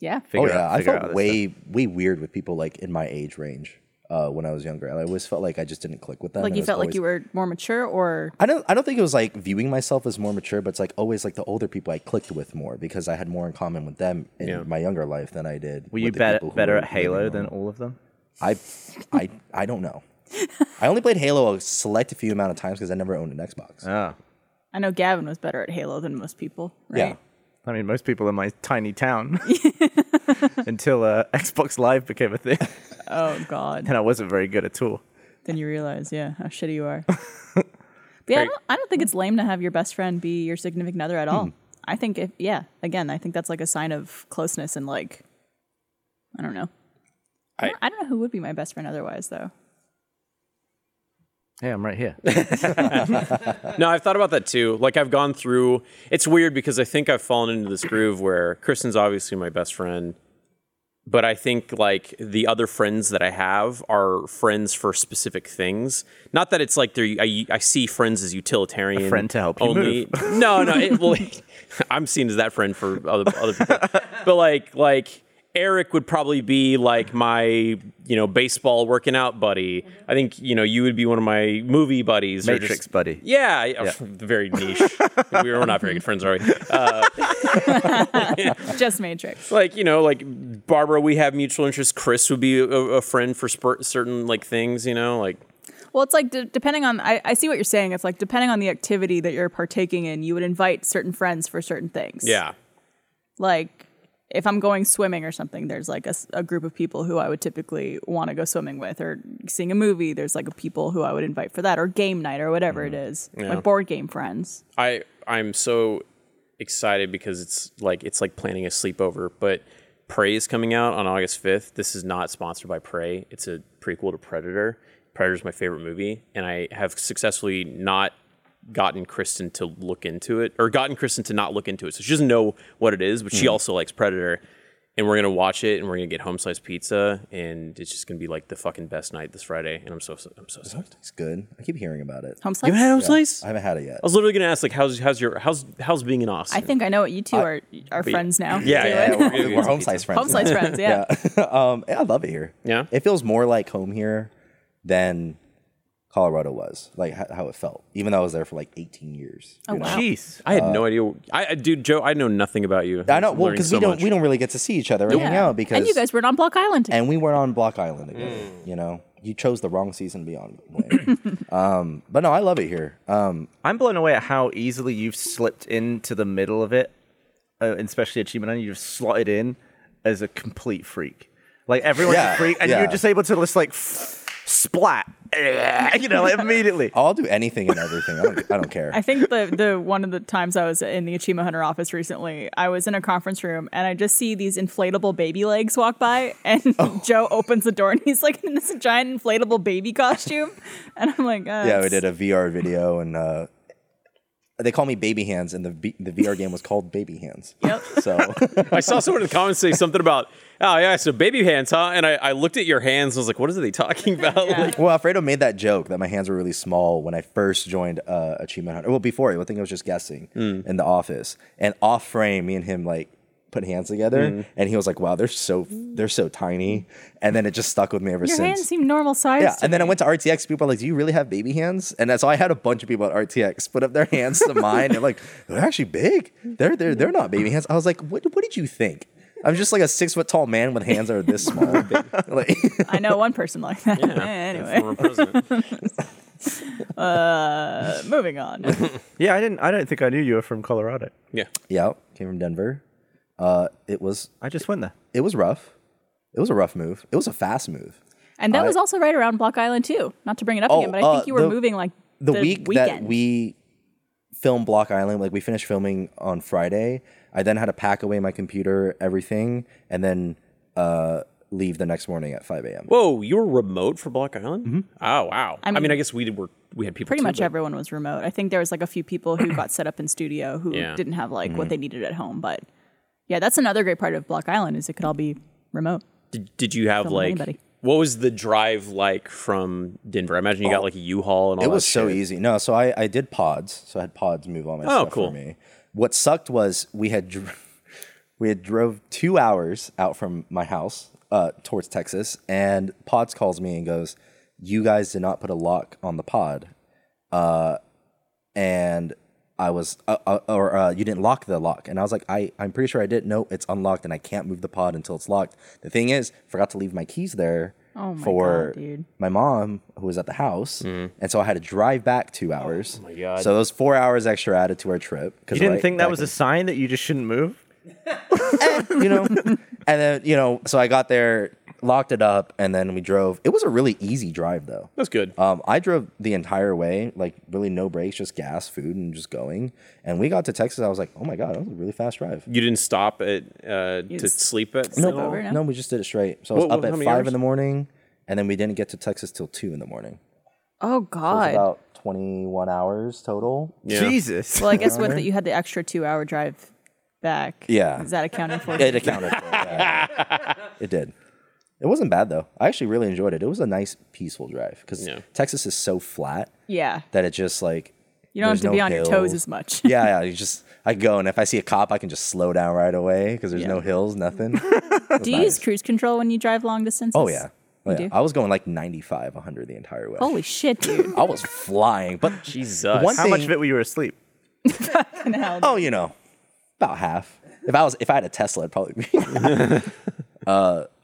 B: yeah.
E: figure
C: oh yeah,
E: out.
C: I
E: figure out
C: felt
E: this
C: way way weird with people like in my age range uh, when I was younger. I always felt like I just didn't click with them.
B: Like
C: and
B: you
C: it was
B: felt like you
C: always-
B: were more mature or
C: I don't. I don't think it was like viewing myself as more mature, but it's like always like the older people I clicked with more because I had more in common with them in my younger life than I did.
E: Were
C: with
E: you
C: the
E: better
C: people who
E: better
C: were
E: at Halo
C: living
E: than
C: around.
E: all of them?
C: I? I I
B: [LAUGHS]
C: don't know. I only played Halo a select a few amount of times because I never owned an Xbox.
E: Ah.
B: I know Gavin was better at Halo than most people,
C: yeah,
B: right?
E: I mean, most people in my tiny
C: [LAUGHS]
E: town [LAUGHS] until uh, Xbox Live became a thing, [LAUGHS]
B: Oh god.
C: [LAUGHS]
E: and I wasn't very good at all.
B: then you realize, yeah, how shitty you
C: [LAUGHS]
B: are. but yeah, I don't, I don't think it's lame to have your best friend be your significant other at
C: Hmm.
B: all. I think if yeah, again, I think that's like a sign of closeness and like I don't know. I, don't- I don't know who would be my best friend otherwise though.
E: Yeah, I'm right here.
D: No, I've thought about that too. Like I've gone through. It's weird because I think I've fallen into this groove where Kristen's obviously my best friend, but I think like the other friends that I have are friends for specific things. Not that it's like they're I, I see friends as utilitarian.
E: A friend to help you [LAUGHS]
D: move. [LAUGHS] no, no. It, well, I'm seen as that friend for other other people. But like like Eric would probably be like my you know baseball working out buddy. I think you know you would be one of my movie buddies. or
E: Matrix buddy.
D: Yeah, yeah. very niche. we were not very good friends, are we? Uh,
B: Just Matrix.
D: like you know like barbara we have mutual interests chris would be a, a friend for spur- certain like things you know like
B: Well, it's like de- depending on. I, I see what you're saying. It's like depending on the activity that you're partaking in, you would invite certain friends for certain things.
D: yeah
B: Like if I'm going swimming or something, there's like a, s- a group of people who I would typically want to go swimming with, or seeing a movie, there's like a people who I would invite for that, or game night, or whatever
D: Mm.
B: it is, like board game friends.
D: i i'm so excited because it's like it's like planning a sleepover but prey is coming out on august 5th this is not sponsored by prey it's a prequel to predator predator is my favorite movie and i have successfully not gotten kristen to look into it or gotten kristen to not look into it so she doesn't know what it is but she also likes predator and we're gonna watch it and we're gonna get home slice pizza and it's just gonna be like the fucking best night this friday and i'm so i'm so psyched
C: It's good. I keep hearing about it.
B: Home slice.
D: home slice
C: I haven't had it yet.
D: I was literally gonna ask like how's how's your how's how's being in Austin?
B: I think I know what you two are are friends now.
D: yeah,
B: Do
D: yeah,
B: it.
D: yeah,
C: We're, we're home slice
B: [LAUGHS]
C: friends.
B: Home slice friends. Yeah.
C: [LAUGHS] um, yeah, I love it here.
D: Yeah?
C: it feels more like home here than Colorado was, like ho- how it felt, even though I was there for like 18 years.
B: Oh,
C: you know?
E: Jeez.
D: I had no idea. I, I dude, Joe, I know nothing about you.
C: Uh, I know, well,
D: Learning
C: because
D: so
C: we don't
D: much.
C: we don't really get to see each other or hang out because
B: and you guys were on Block Island. together.
C: and we weren't on Block Island together.
D: Mm.
C: You know, you chose the wrong season to be on.
B: [LAUGHS]
C: Blaine. um, but no, I love it here. Um,
E: I'm blown away at how easily you've slipped into the middle of it, uh, and especially Achievement Hunter. You've slotted in as a complete freak. Like everyone's
C: Yeah,
E: a freak, and
C: yeah.
E: you're just able to just like splat, [LAUGHS] you know, like immediately.
C: I'll do anything and everything. I don't, I don't care.
B: [LAUGHS] I think the the one of the times I was in the Achievement Hunter office recently, I was in a conference room and I just see these inflatable baby legs walk by,
C: [LAUGHS]
B: and
C: Oh.
B: Joe opens the door and he's like in this giant inflatable baby costume, and I'm like, uh,
C: yeah, we did a VR video and uh, they call me Baby Hands, and the B- the VR game was called Baby Hands. Yep. So [LAUGHS]
D: [LAUGHS] I saw someone in the comments say something about, oh yeah, so baby hands, huh? And I, I looked at your hands. and I was like, what are
C: [LAUGHS]
D: they talking about? Like,
C: Well, Alfredo made that joke that my hands were really small when I first joined uh, Achievement Hunter. Well, before, I think I was just guessing in the office. And off frame, me and him like put hands together, and he was like, "Wow, they're so they're so tiny." And then it just stuck with me ever
B: Your
C: since.
B: hands seem normal size.
C: yeah, and then I went to RTX. People were like, "Do you really have baby hands?" And so I had a bunch of people at RTX put up their hands to mine. and like, "They're actually big. They're they're they're not baby hands." I was like, "What what did you think?" I'm just like a six foot tall man with hands that are this small. like,
B: I know one person like that. [LAUGHS] anyway,
D: former
C: [LAUGHS]
D: president.
B: moving on.
E: [LAUGHS] Yeah, I didn't. I don't think I knew you were from Colorado.
D: yeah,
C: yeah, came from Denver. Uh, it was
E: I just went there.
C: it was rough. It was a rough move. It was a fast move.
B: And that was also right around Block Island too. Not to bring it up
C: Oh,
B: again, but I
C: uh,
B: think you were
C: the-
B: moving like
C: The, week
B: weekend.
C: that we filmed Block Island, like we finished filming on Friday, I then had to pack away my computer, everything, and then uh, leave the next morning at 5 a.m.
D: Whoa, you were remote for Block Island? Oh wow. I mean, I
B: mean,
D: guess we did work. We had people.
B: pretty
D: too,
B: much
D: but-
B: everyone was remote. I think there was like a few people who got set up in studio who
D: Yeah.
B: didn't have like
C: Mm-hmm.
B: what they needed at home. But yeah, that's another great part of Block Island is it could all be remote.
D: Did, did you have
B: Film
D: like
B: anybody.
D: what was the drive like from Denver? I imagine you got like a U-Haul and all.
C: Oh. It
D: that
C: was so e-
D: shit. Oh,
C: easy. No, so I, I did pods. So I had pods move all my stuff
D: cool.
C: for me. What sucked was we had dr- [LAUGHS] we had drove two hours out from my house uh, towards Texas, and pods calls me and goes, "You guys did not put a lock on the pod," uh, and I was uh, uh, or uh, you didn't lock the lock, and I was like, I I'm pretty sure I did. No, it's unlocked, and I can't move the pod until it's locked. The thing is, forgot to leave my keys there.
B: Oh my
C: for
B: God, dude.
C: my mom who was at the house, and so I had to drive back two hours. Oh my god! So those four hours extra added to our trip.
E: You didn't think that was a sign that you just shouldn't move?
C: you know, [LAUGHS] and then you know, so I got there, locked it up, and then we drove. It was a really easy drive though.
D: That's good.
C: Um, I drove the entire way, like really no breaks, just gas, food, and just going. And we got to Texas. I was like, oh my god, that was a really fast drive.
D: you didn't stop at uh, to
B: just
D: sleep at.
B: sleep
D: all?
B: over. no?
C: no, we just did it straight. So I was
D: What-
C: up
D: what- how
C: at
D: many
C: five
D: hours?
C: in the morning, and then we didn't get to Texas till two in the morning.
B: Oh
C: It was
B: God.
C: about twenty-one hours total.
D: Yeah.
E: Jesus.
B: well, I guess with that you had the extra two hour drive back.
C: Yeah.
B: Is that accounted for?
C: It accounted for. it, yeah. It did. It wasn't bad though. I actually really enjoyed it. It was a nice, peaceful drive because
D: Yeah.
C: Texas is so flat
B: Yeah.
C: that it just like
B: You don't
C: there's
B: have to
C: no
B: be on your toes
C: hills.
B: as much.
C: [LAUGHS] yeah, yeah. You just I go and if I see a cop, I can just slow down right away because there's
B: Yeah.
C: no
B: [LAUGHS]
C: hills, nothing.
B: do you use cruise control when you drive long distances?
C: oh yeah,
B: You
C: oh, yeah.
B: do? Oh,
C: I was going like 95, 100 the entire way.
B: Holy shit,
C: [LAUGHS]
B: dude.
C: I was flying, but
D: Jesus.
C: one
E: [LAUGHS] How
C: thing,
E: much of it were you asleep?
C: Oh, you know, about half. If I was, if I had a Tesla, it'd probably be. [LAUGHS] uh,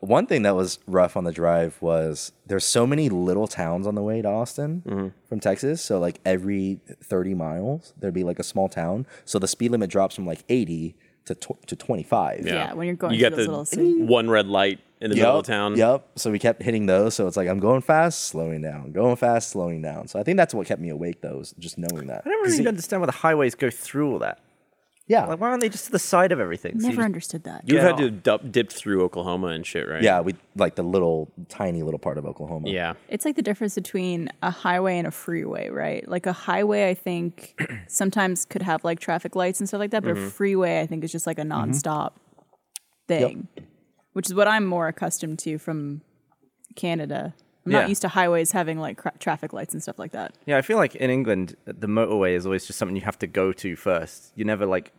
C: one thing that was rough on the drive was there's so many little towns on the way to Austin from Texas. So like every 30 miles, there'd be like a small town. So the speed limit drops from like 80 to tw- to 25.
B: Yeah, when you're going
D: you
B: through
D: got
B: those
D: the
B: little city-
D: one red light in the middle of town.
C: Yep. So we kept hitting those. So it's like I'm going fast, slowing down, going fast, slowing down. So I think that's what kept me awake though, is just knowing that.
E: I don't really understand why the highways go through all that.
C: Yeah.
E: Like, why aren't they just to the side of everything? So you
B: Never
E: just-
B: understood that.
D: You've had
E: Yeah.
D: to dup, dip through Oklahoma and shit, right?
C: yeah, we like the little tiny little part of Oklahoma.
D: Yeah.
B: It's like the difference between a highway and a freeway, right? Like a highway, I think [CLEARS THROAT] sometimes could have like traffic lights and stuff like that, but a freeway, I think, is just like a nonstop thing, which is what I'm more accustomed to from Canada. I'm
E: Yeah.
B: not used to highways having like cra- traffic lights and stuff like that.
E: Yeah, I feel like in England, the motorway is always just something you have to go to first. You're never like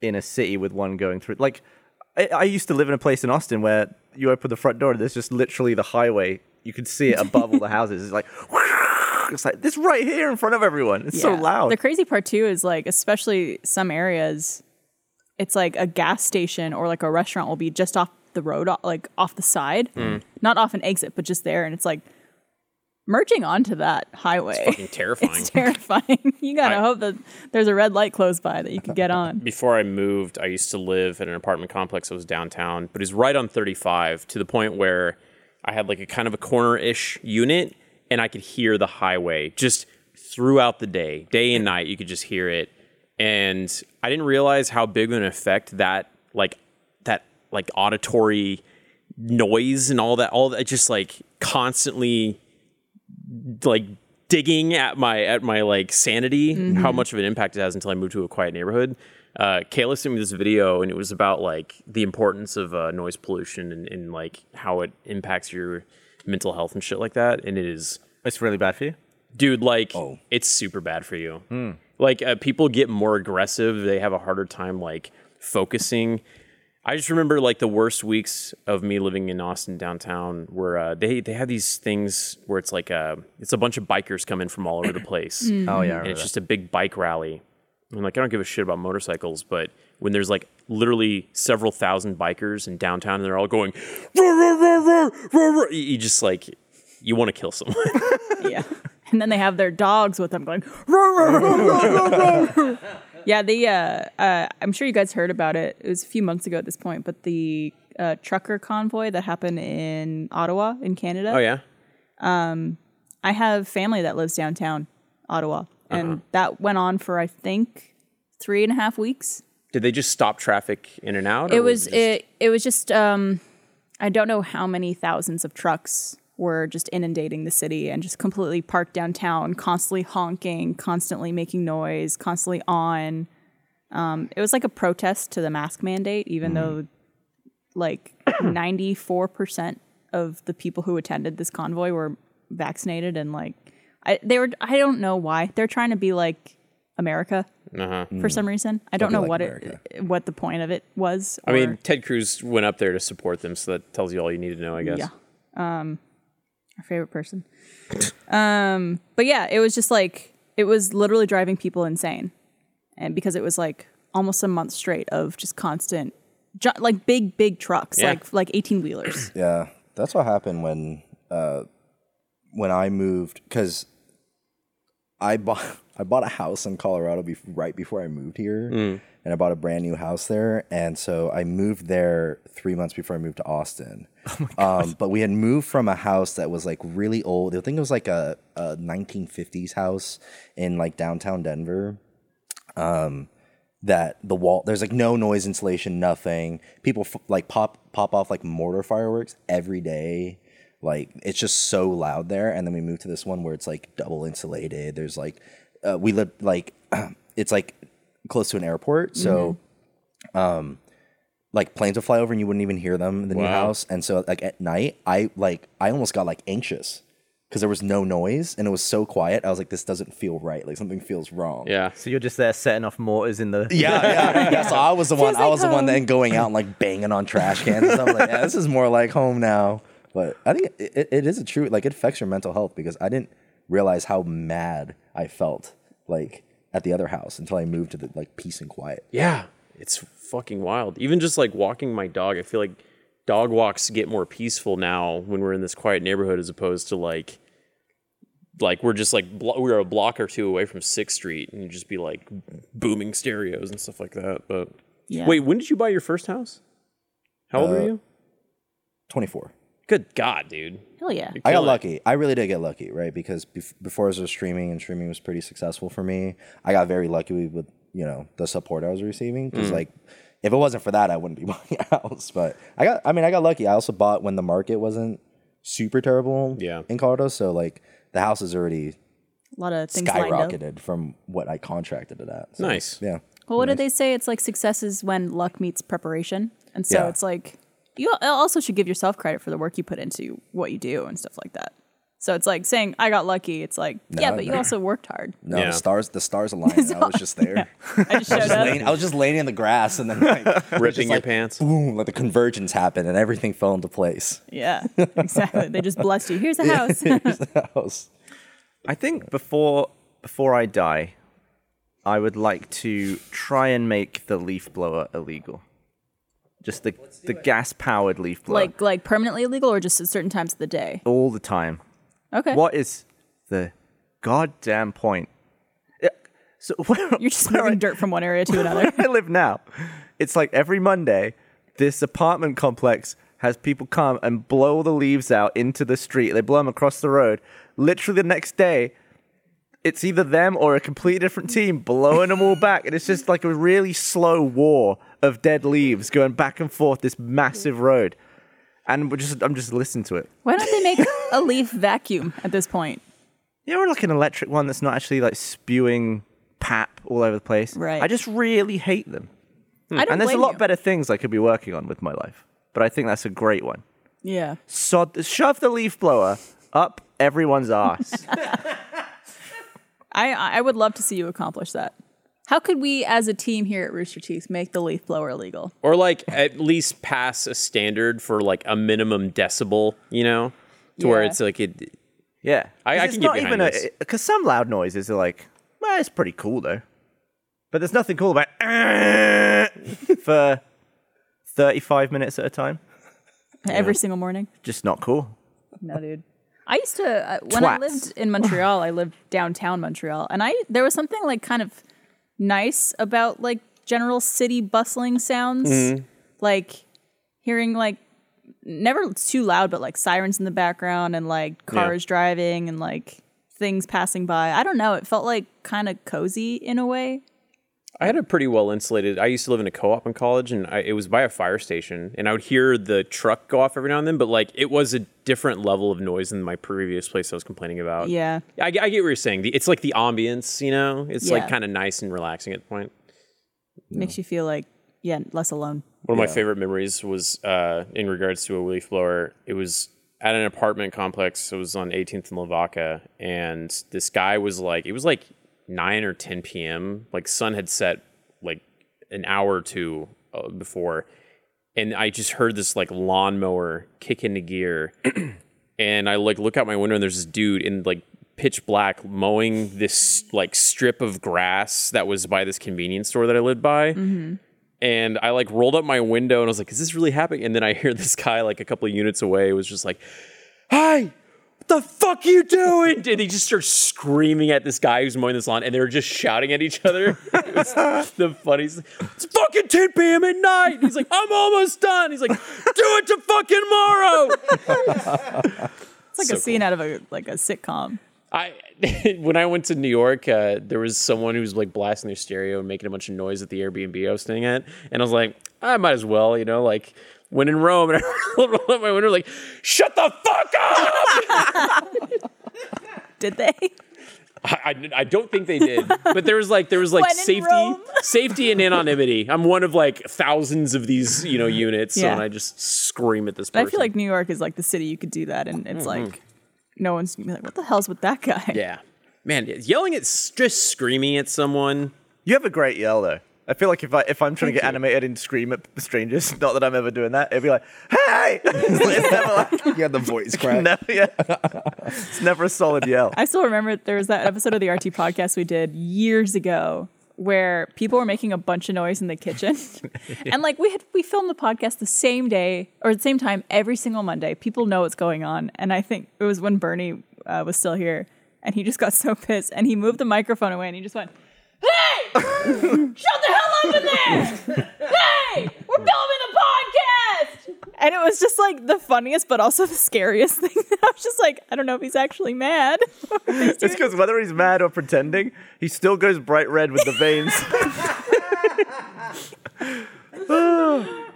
E: in a city with one going through. Like, I, I used to live in a place in Austin where you open the front door and there's just literally the highway. You could see it above all the houses. It's like, [LAUGHS] it's like this right here in front of everyone. It's so
B: Yeah.
E: loud.
B: The crazy part too is like, especially some areas, it's like a gas station or like a restaurant will be just off the road, o- like off the side, not off an exit, but just there, and it's like merging onto that highway.
D: Fucking terrifying.
B: [LAUGHS] It's terrifying. [LAUGHS] you gotta
D: I-
B: hope that there's a red light close by that you can get on.
D: before I moved, I used to live in an apartment complex that was downtown, but it's right on 35 to the point where I had like a kind of a corner ish unit and I could hear the highway just throughout the day, day and night. You could just hear it. And I didn't realize how big of an effect that, like, that, like, auditory noise and all that, all that just like constantly like digging at my at my like sanity how much of an impact it has until i moved to a quiet neighborhood uh kayla sent me this video and it was about like the importance of uh, noise pollution and, and like how it impacts your mental health and shit like that and it is
E: it's really bad for you.
D: dude like
E: Oh.
D: it's super bad for you
E: Hmm.
D: like uh, people get more aggressive they have a harder time like focusing i just remember like the worst weeks of me living in austin downtown where uh, they they have these things where it's like a it's a bunch of bikers coming from all over the
E: Oh
D: place
E: yeah, I
D: and
E: remember
D: it's
E: that.
D: just a big bike rally. And like, I don't give a shit about motorcycles, but when there's like literally several thousand bikers in downtown and they're all going, "Roar, roar, roar, roar, roar, roar," you you just like, you want to kill someone.
B: yeah. [LAUGHS] And then they have their dogs with them going, "Roar, roar, roar, roar, roar, roar, roar." yeah, the, uh, uh, I'm sure you guys heard about it. It was a few months ago at this point, but the uh, trucker convoy that happened in Ottawa, in Canada.
D: oh, [LAUGHS] yeah.
B: I have family that lives downtown Ottawa, and
D: Uh-huh.
B: that went on for, I think, three and a half weeks.
D: Did they just stop traffic in and out? or
B: it was
D: just-
B: it it was just um i don't know how many thousands of trucks were just inundating the city and just completely parked downtown constantly honking constantly making noise constantly on um it was like a protest to the mask mandate
C: Mm.
B: even though
C: [COUGHS]
B: like 94% of the people who attended this convoy were vaccinated and like I, they were i don't know why they're trying to be like america for some reason i don't
C: Uh-huh.
B: know
C: Mm. be like
B: what
C: America.
B: it uh, what the point of it was
D: I mean,
B: or-
D: Ted Cruz went up there to support them, so that tells you all you need to know, I guess.
B: Yeah. Um, our favorite person. [LAUGHS] um, but yeah, it was just like it was literally driving people insane, and because it was like almost a month straight of just constant, ju- like big big trucks,
D: Yeah.
B: like like eighteen wheelers.
C: Yeah, that's what happened when uh, when I moved because I bought [LAUGHS] I bought a house in Colorado bef right before I moved here, and I bought a brand new house there, and so I moved there three months before I moved to Austin. um, but we had moved from a house that was like really old. I think it was like a, a 1950s house in like downtown Denver that the wall there's like no noise insulation nothing people f- like pop pop off like mortar fireworks every day like it's just so loud there and then we moved to this one where it's like double insulated there's like uh, we live [CLEARS THROAT] like it's like close to an airport so um like planes would fly over and you wouldn't even hear them in the new
D: Wow.
C: house. And so like at night, I like I almost got like anxious because there was no noise and it was so quiet. I was like, this doesn't feel right. Like something feels wrong.
D: Yeah.
E: So you're just there setting off mortars in the.
C: Yeah, yeah, yeah. So I was the
B: [LAUGHS]
C: one.
B: Feels
C: I was
B: like
C: the one
B: home.
C: then going out and like banging on trash cans. And stuff. Like, yeah, this is more like home now. But I think it, it, it is a true. Like, it affects your mental health because I didn't realize how mad I felt like at the other house until I moved to the like peace and quiet.
D: Yeah. It's fucking wild. Even just like walking my dog, I feel like dog walks get more peaceful now when we're in this quiet neighborhood as opposed to like like we're just like blo- we're a block or two away from 6th Street and you just be like booming stereos and stuff like that. But
B: Yeah.
D: Wait, when did you buy your first house? How
C: Uh,
D: old were you?
C: Twenty four.
D: Good god, dude.
B: Hell yeah.
C: I got
D: Killing it.
C: lucky. I really did get lucky, right? Because bef- before I was streaming, and streaming was pretty successful for me. I got very lucky with you know the support I was receiving
D: Mm.
C: because like if it wasn't for that, I wouldn't be [LAUGHS] buying a house. But I got, I mean, I got lucky. I also bought when the market wasn't super terrible,
D: Yeah.
C: in Colorado. So like the house is already
B: A lot of things lined up.
C: skyrocketed from what I contracted it at. So,
D: Nice.
C: yeah. [LAUGHS]
B: Well, what did they say? It's like success is when luck meets preparation, and so
C: Yeah.
B: it's like you al- also should give yourself credit for the work you put into what you do and stuff like that. So it's like saying I got lucky. It's like yeah, but you
C: no.
E: [LAUGHS]
B: also worked hard.
C: No,
D: Yeah.
C: the stars, the stars
B: [LAUGHS]
C: aligned. and I was just there.
B: I just showed up.
C: Laying- I was just laying in the grass, and then like, [LAUGHS]
D: Ripping your
C: like,
D: pants.
C: boom, like the convergence happened, and everything fell into place.
B: Yeah, exactly. They just blessed you. Here's
E: [LAUGHS]
B: the house. [LAUGHS]
C: House.
E: I think before before I die, I would like to try and make the leaf blower illegal. Just the the gas powered leaf blower.
B: like like permanently illegal or just at certain times of the day.
E: all the time.
B: Okay.
E: What is the goddamn point? Yeah, So [LAUGHS] where,
B: You're just
E: where I-
B: moving dirt from one area
E: [LAUGHS]
B: to another.
E: where I live now, it's like every Monday, this apartment complex has people come and blow the leaves out into the street. They blow them across the road. Literally the next day, it's either them or a completely different team blowing them all back. And it's just like a really slow war of dead leaves going back and forth this massive road. And we're just, I'm just listening to it.
B: Why don't they make a leaf vacuum at this point?
E: You know, like an electric one that's not actually like spewing pap all over the place.
B: Right.
E: I just really hate them.
B: I don't
E: Hmm. and there's a
B: blame
E: lot
B: you.
E: better things I could be working on with my life. But I think that's a great one.
B: Yeah.
E: Sod, shove the leaf blower up
B: [LAUGHS]
E: everyone's ass.
B: I I would love to see you accomplish that. How could we as a team here at Rooster Teeth make the leaf blower illegal?
D: Or like at least pass a standard for like a minimum decibel, you know? To where
B: Yeah.
D: it's like it
E: yeah,
D: I- I
E: 'Cause
D: can
E: it's
D: get
E: not
D: behind
E: even
D: this.
E: because some loud noises are like, well, it's pretty cool though. But there's nothing cool about [LAUGHS] for 35 minutes at a time.
B: Every single morning?
E: Just not cool.
B: No, dude. I used to uh, when I
E: Twats.
B: lived in Montreal. I lived downtown Montreal, and I there was something like kind of nice about like general city bustling sounds,
D: Mm-hmm.
B: like hearing like never too loud, but like sirens in the background and like cars driving and like things passing by. I don't know. It felt like kind of cozy in a way.
D: I had a pretty well insulated. I used to live in a co-op in college, and I, it was by a fire station, and I would hear the truck go off every now and then. But like, it was a different level of noise than my previous place I was complaining about.
B: Yeah.
D: I, I get what you're saying. The- It's like the ambience, you know. It's like
B: Yeah.
D: kind of nice and relaxing at the point.
B: Makes you feel like yeah, less alone.
D: One of my favorite memories was uh, in regards to a leaf blower. It was at an apartment complex. It was on 18th and Lavaca, and this guy was like, it was like nine or 10 p.m. Like sun had set like an hour or two uh, before, and I just heard this like lawnmower kick into gear, [CLEARS THROAT] and I like look out my window and there's this dude in like pitch black mowing this like strip of grass that was by this convenience store that I lived by and I like rolled up my window and I was like, "Is this really happening?" And then I hear this guy like a couple of units away was just like, "Hey, what the fuck you doing?" And he just starts screaming at this guy who's mowing this lawn, and they were just shouting at each other. [LAUGHS] It was the funniest. It's fucking 10 p.m. at night. And he's like, "I'm almost done." He's like, "Do it to fucking tomorrow."
B: It's like a scene out of a like a sitcom. [LAUGHS]
D: I when I [LAUGHS] went to New York, uh, there was someone who was like blasting their stereo and making a bunch of noise at the Airbnb I was staying at, and I was like, I might as well, you know, like when in Rome, and [LAUGHS] I rolled up my window like, shut the fuck up.
B: Did they?
D: I, I, I don't think they did, but there was like there was like
B: When in
D: safety,
B: Rome.
D: safety and anonymity. I'm one of like thousands of these you know units,
B: Yeah.
D: and I just scream at this
B: But
D: person.
B: I feel like New York is like the city you could do that, and it's like no one's gonna be like, "What the hell's with that guy?"
D: yeah, man, yelling at just screaming at someone.
E: You have a great yell though. I feel like if I if I'm trying to get animated and scream at strangers, [LAUGHS] not that I'm ever doing that, it'd be like, "Hey!" [LAUGHS] it's never like,
C: You had
B: [LAUGHS]
C: the voice
E: [LAUGHS]
C: crack.
E: never, yeah. It's never a solid yell.
B: [LAUGHS] I still remember there was that episode of the RT [LAUGHS] podcast we did years ago where people were making a bunch of noise in the kitchen. [LAUGHS] and like we had we filmed the podcast the same day or the same time every single Monday. People know what's going on. And I think it was when Bernie uh, was still here and he just got so pissed and he moved the microphone away and he just went, Hey! Shut the hell up in there! Hey! We're filming the podcast! And it was just like the funniest but also the scariest [LAUGHS] thing. I was just like, I don't know if he's actually mad. [LAUGHS]
E: [LAUGHS] It's because whether he's mad or pretending, he still goes bright red with the veins. [LAUGHS]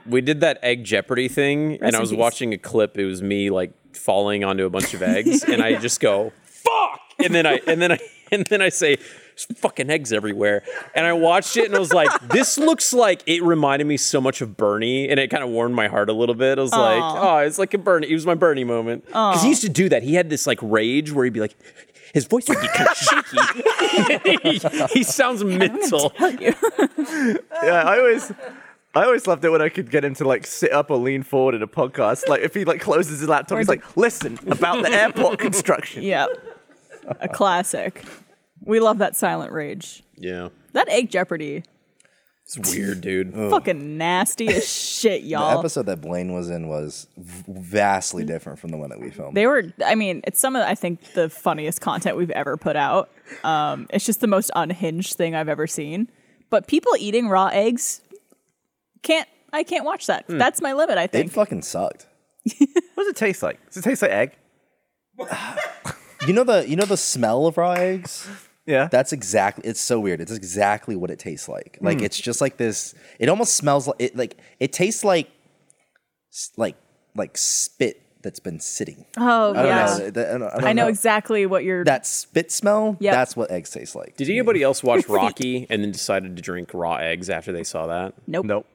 D: we did that egg jeopardy thing and
B: Rest
D: i
B: in
D: was
B: peace.
D: watching a clip it was me like falling onto a bunch of eggs and i just go fuck and then i and then i [LAUGHS] and then i say "There's fucking eggs everywhere and i watched it and i was like this looks like it reminded me so much of bernie and it kind of warmed my heart a little bit i was like oh it's like a bernie it was my bernie moment because he used to do that he had this like rage where he'd be like his voice would be kind of shaky. [LAUGHS] he,
B: [LAUGHS]
D: he sounds mental.
E: yeah, I always. I always loved it when I could get him to like sit up or lean forward in a podcast. Like if he like closes his laptop, he's like, "Listen about the [LAUGHS] airport construction."
B: Yep. A classic. We love that silent rage.
D: Yeah,
B: That egg jeopardy.
D: it's weird, dude.
B: Fucking nasty
C: [LAUGHS]
B: as shit,
C: The
B: y'all.
C: episode that Blaine was in was v- vastly different from the one that we filmed.
B: they were I mean, it's some of I think the funniest content we've ever put out. Um, it's just the most unhinged thing I've ever seen. But people eating raw eggs can't I can't watch that. That's my limit, I
C: Hmm. it
B: think.
C: fucking sucked.
E: What does it taste like? Does it taste like egg?
C: You know the you know the smell of raw eggs.
E: Yeah.
C: That's exactly. It's so weird. It's exactly what it tastes like.
B: Hmm.
C: Like it's just like this. It almost smells like it. Like it tastes like, s- like like spit that's been sitting.
B: oh
C: I don't
B: yeah.
C: know. That- I, don't- I don't
B: I know exactly what you're
C: That spit smell.
B: Yep.
C: That's what eggs taste like.
D: Did anybody else watch Rocky and then decided to drink raw eggs after they saw that?
B: Nope.
E: [LAUGHS] Nope.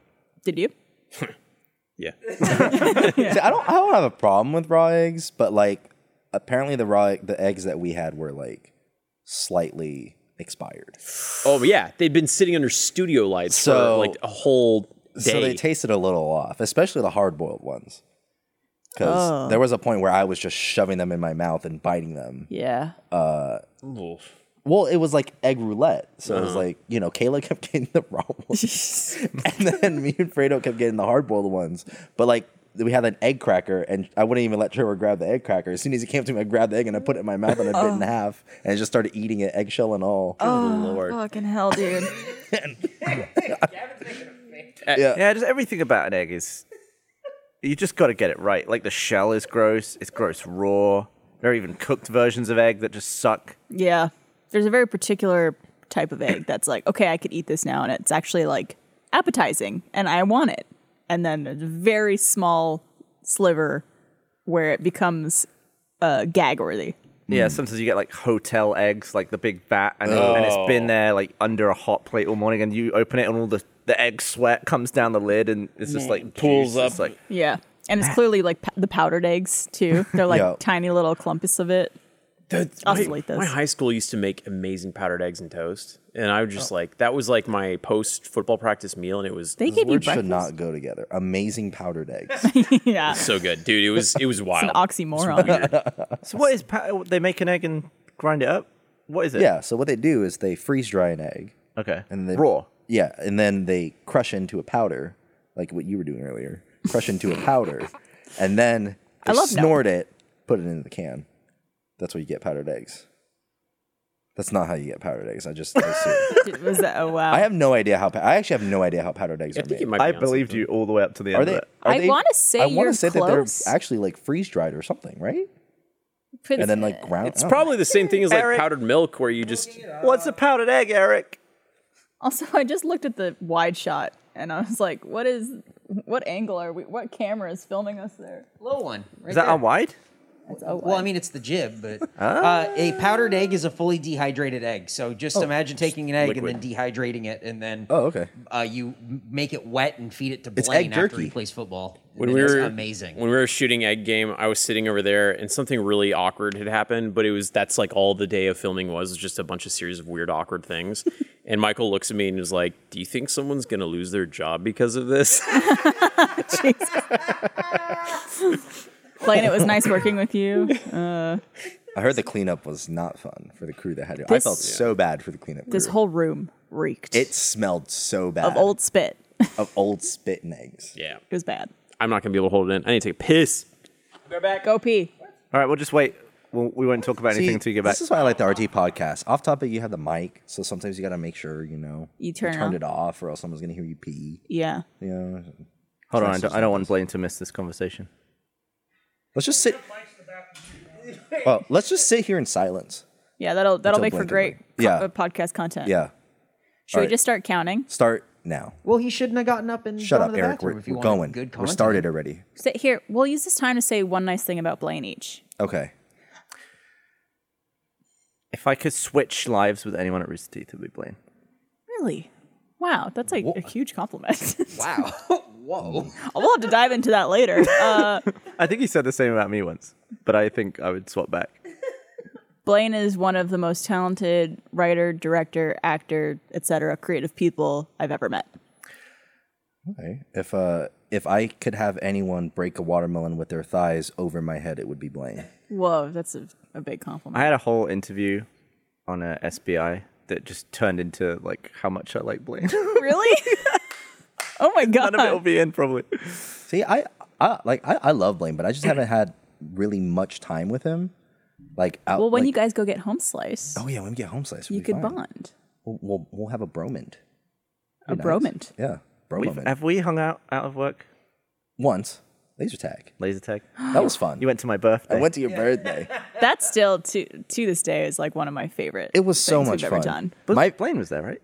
B: Did you?
D: Yeah.
C: See, I don't. I don't have a problem with raw eggs, but like apparently the raw the eggs that we had were like slightly expired.
D: [LAUGHS] Oh yeah, they'd been sitting under studio lights
C: So-
D: for like a whole day.
C: So they tasted a little off, especially the hard boiled ones. Because there was a point where I was just shoving them in my mouth and biting them.
B: Yeah.
C: Well, it was like egg roulette. So it was
B: Uh-huh.
C: like, you know, Kayla [LAUGHS] kept getting the
B: [LAUGHS]
C: raw ones. and then me and Fredo kept getting the hard boiled ones. But like, we had an egg cracker, and I wouldn't even let Trevor grab the egg cracker. As soon as he came to me, I grabbed the egg and I put it in my mouth and I
B: Oh.
C: bit it in half and I just started eating it, eggshell and all.
D: Lord.
B: Fucking hell, dude.
E: Yeah, just everything about an egg is you just got to get it right. Like the shell is gross. It's gross raw. There are even cooked versions of egg that just suck.
B: yeah. There's a very particular type of egg that's like, okay, I could eat this now and it's actually like appetizing and I want it. And then there's a very small sliver where it becomes uh, gag worthy.
E: Yeah, sometimes you get like hotel eggs, like the big bat, and, and it's been there like under a hot plate all morning, and you open it, and all the the egg sweat comes down the lid, and it's just like
D: Pools
E: juice. It's
D: up.
E: like
B: Yeah. And it's clearly like p- the powdered eggs too. They're
C: [LAUGHS]
B: like
C: Yeah.
B: tiny little clumps of it. I'll delete
D: my,
B: this.
D: my high school used to make amazing powdered eggs and toast, and I was just like, that was like my post football practice meal, and it was
B: They gave you
C: Words should
B: breakfast.
C: not go together. Amazing powdered eggs.
B: [LAUGHS] yeah.
D: so good, dude. It was it was wild.
B: An
C: [LAUGHS]
B: oxymoron.
E: so. What is pa- oh, they make an egg and grind it up? What is it?
C: yeah. So what they do is they freeze dry an egg.
E: Okay.
C: and they,
E: raw.
C: Yeah, and then they crush into a powder, like what you were doing earlier. Crush into
B: [LAUGHS]
C: a powder, and then
B: I
C: they
B: love no.
C: snort it, put it in the can. That's where you get powdered eggs. That's not how you get powdered eggs.
B: [LAUGHS]
C: I just I, assume.
B: Was that, oh wow.
C: I have no idea how. pow- I actually have no idea how powdered eggs
D: I
C: are
D: think
C: made.
D: it might. Be
E: I
D: on
E: believed you all the way up to the end.
C: Are they?
E: Of
C: Are
E: it.
B: I
C: they-
B: wanna say
C: I wanna
B: you're
C: say
B: close.
C: that they're actually like freeze dried or something, right?
B: Could-
C: And then like ground. oh.
D: It's probably the same thing as like
E: Eric.
D: powdered milk, where you just
E: What's a powdered egg, Eric?
B: Also, I just looked at the wide shot and I was like, what is what angle are we what camera is filming us there?
F: Low one. Right
E: Is that
F: there.
E: on wide?
B: That's O-Y.
F: Well,
B: [LAUGHS]
F: I mean, it's the jib, but
D: Oh.
F: uh, a powdered egg is a fully dehydrated egg. So just
D: Oh.
F: imagine taking an egg and then dehydrating it, and then
C: Oh, okay.
F: uh, you m- make it wet and feed it to Blaine
C: It's egg
F: after he
C: jerky.
F: plays football.
D: when
F: And
D: we
F: it's
D: were
F: amazing.
D: When we were shooting Egg Game, I was sitting over there, and something really awkward had happened. But it was that's like all the day of filming was was just a bunch of series of weird, awkward
F: [LAUGHS]
D: things. and Michael looks at me and is like, "Do you think someone's gonna lose their job because of
F: [LAUGHS]
D: this?"
B: Blaine, it was nice working with you.
C: I heard the cleanup was not fun for the crew that had to. I
B: This-
C: felt so bad for the cleanup.
B: [LAUGHS] This
C: crew.
B: whole room reeked
C: it smelled so bad
B: of old spit. it
C: of old spit and eggs.
D: yeah,
B: was bad.
D: [LAUGHS] I'm not gonna be able to hold it in. I need to take a
F: [LAUGHS]
D: piss.
B: Go pee.
E: All right, we'll just wait. We'll, we won't talk about
C: See,
E: anything until you get back.
C: This is why I like the RT podcast. Off topic, you have the mic, so sometimes you got to make sure you know
B: You turn it
C: turned
B: off.
C: it off, or else someone's gonna hear you pee.
B: Yeah.
C: You know,
E: Hold on, I don't, I don't want Blaine to miss this conversation.
C: let's just sit. Well, let's just sit here in silence.
B: Yeah, that'll that'll
C: Until
B: make for great
C: Blaine can
B: co-
C: leave. Yeah.
B: uh, podcast content.
C: Yeah,
B: Should we
C: Alright.
B: just start counting?
C: start now.
F: well, he shouldn't have gotten up and
C: Shut
F: gone
C: up,
F: to the
C: Eric.
F: bathroom
C: We're,
F: if you
C: we're
F: wanted
C: going.
F: Good
C: we're
F: content.
C: started already.
B: Sit here. We'll use this time to say one nice thing about Blaine each.
C: Okay.
E: If I could switch lives with anyone at Rooster Teeth, it would be Blaine.
B: Really? Wow, that's a, a huge compliment. [LAUGHS]
C: [LAUGHS]
B: Oh,
F: Wow. Whoa.
B: we'll have to dive into that later. Uh,
E: I think he said the same about me once, but I think I would swap back.
B: Blaine is one of the most talented writer, director, actor, etc., creative people I've ever met.
C: Okay. If uh, if I could have anyone break a watermelon with their thighs over my head, it would be Blaine.
B: Whoa, that's a, a big compliment.
E: I had a whole interview on a SBI that just turned into like how much I like Blaine. [LAUGHS]
B: really? [LAUGHS] oh my god.
E: None of it will be in
C: [LAUGHS]
E: probably.
C: See, I, I like I, I love Blaine, but I
B: [CLEARS THROAT]
C: just haven't had really much time with him. Like out.
B: well, when
C: like-
B: you guys go get home slice,
C: Oh yeah, when we get home slice,
B: you
C: we'll be
B: could
C: fine.
B: bond.
C: We'll, we'll we'll have a bromant.
B: A bromant.
C: Yeah, bromant.
E: Have we hung out out of work?
C: Once
B: [GASPS]
C: laser tag.
E: Laser tag.
C: That was fun.
E: You went to my birthday.
C: I went to your birthday.
B: That's still to to this day is like one of my favorite.
C: It was so
B: things
C: much
B: we've ever
C: fun.
B: done.
E: But
C: My
E: Blaine was there, right?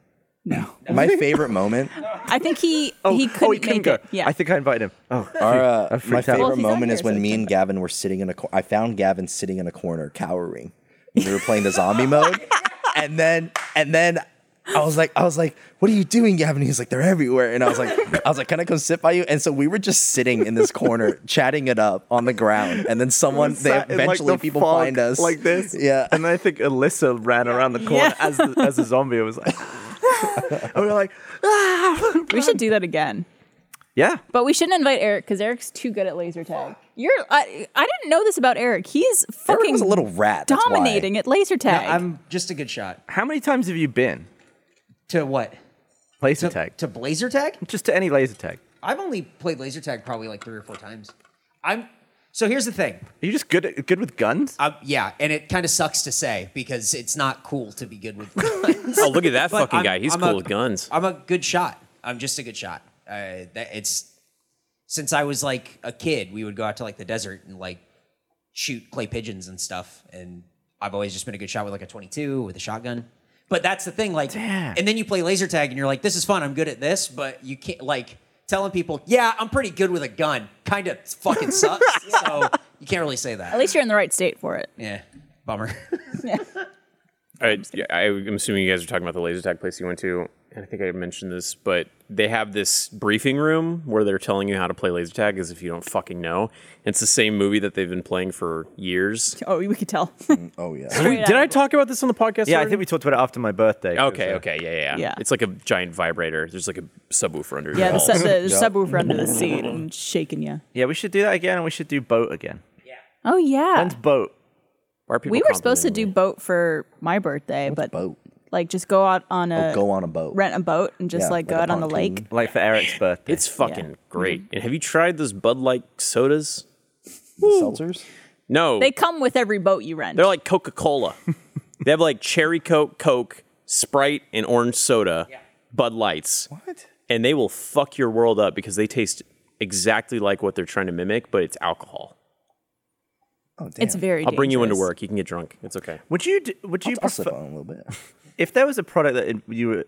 B: [LAUGHS]
C: my favorite moment.
B: I think he he couldn't
E: oh, he couldn't
B: make
E: go.
B: it. Yeah,
E: I think I invited him.
C: [LAUGHS]
E: Oh,
C: Our, uh,
E: I freaked
C: my
E: out.
C: favorite
E: Well,
B: he's not
C: moment
B: here,
C: is
B: so
C: when
B: it's
C: me and Gavin were sitting in a corner. I found Gavin sitting in a corner, cowering. We were playing the zombie mode, and then and then I was like, I was like, "What are you doing, Gavin?" He's like, "They're everywhere," and I was like, "I was like, can I come sit by you?" And so we were just sitting in this corner, chatting it up on the ground, and then someone they
E: sat in, like,
C: eventually
E: the
C: people
E: fog
C: find us
E: like this.
C: [LAUGHS] Yeah,
E: And I think Alyssa ran around the corner
B: Yeah.
E: as the, as a zombie. It was
C: [LAUGHS]
E: like, [LAUGHS] and we were like, "Ah."
B: we should do that again.
E: yeah,
B: But we shouldn't invite Eric because Eric's too good at laser tag. You're I, I didn't know this about Eric. He's fucking
C: Eric was a little rat. that's why.
B: dominating at laser tag.
F: I'm just a good shot.
E: How many times have you been
F: To what?
E: laser
F: To,
E: tag?
F: to Blazer Tag?
E: Just to any laser tag.
F: I've only played laser tag probably like three or four times. I'm so here's the thing.
E: Are you just good at, good with guns?
F: Um, yeah, and it kind of sucks to say because it's not cool to be good with [LAUGHS] guns.
D: Oh, look at that
F: But
D: fucking
F: I'm-
D: guy. He's
F: I'm
D: cool
F: a-
D: with
F: [LAUGHS]
D: guns.
F: I'm a good shot. I'm just a good shot. Uh, that, it's since I was like a kid, we would go out to like the desert and like shoot clay pigeons and stuff. And I've always just been a good shot with like a 22 with a shotgun. But that's the thing, like, and then you play laser tag and you're like, this is fun. I'm good at this, but you can't like telling people, yeah, I'm pretty good with a gun. Kind of fucking sucks. [LAUGHS] so you can't really say
B: at
F: that.
B: least you're in the right state for it.
F: Yeah, bummer.
D: All right, yeah, I, I'm assuming you guys are talking about the laser tag place you went to, and I think I mentioned this, but they have this briefing room where they're telling you how to play laser tag as if you don't fucking know. It's the same movie that they've been playing for years.
B: Oh, we could tell. [LAUGHS]
C: Oh yeah.
B: Straight
D: Did
B: out
D: I
B: of-
D: talk about this on the podcast?
E: Yeah, I
D: already?
E: think we talked about it after my birthday.
D: Okay, okay, yeah, yeah,
B: Yeah.
D: yeah. It's like a giant vibrator. There's like a subwoofer under.
B: Yeah, the,
D: walls.
B: sub, the subwoofer under the seat and shaking you.
E: Yeah, we should do that again, and we should do boat again.
B: Oh yeah,
E: When's boat?
D: Why are people
B: we were supposed to do
D: complimenting
B: boat for my birthday, but
C: boat? Oh,
B: like just go out on a
C: go on a boat.
B: rent a boat and just
C: Yeah,
B: like go
C: like a
B: out on the
C: pontoon.
B: lake.
E: Like for Eric's birthday.
D: me? It's fucking great. And have you tried those Bud Light sodas?
C: The seltzers.
D: No,
B: They come with every boat you rent.
D: They're like
B: [LAUGHS]
D: Coca Cola. they have like Cherry Coke, Coke, Sprite, and orange soda, Bud Lights.
C: What?
D: And they will fuck your world up because they taste exactly like what they're trying to mimic, but it's alcohol.
C: Oh damn.
B: it's very.
D: I'll bring you into
B: dangerous.
D: work. You can get drunk. It's okay.
E: would you d- would you
C: I'll slip
E: prefer-
C: on it a little bit.
E: if there was a product that you were-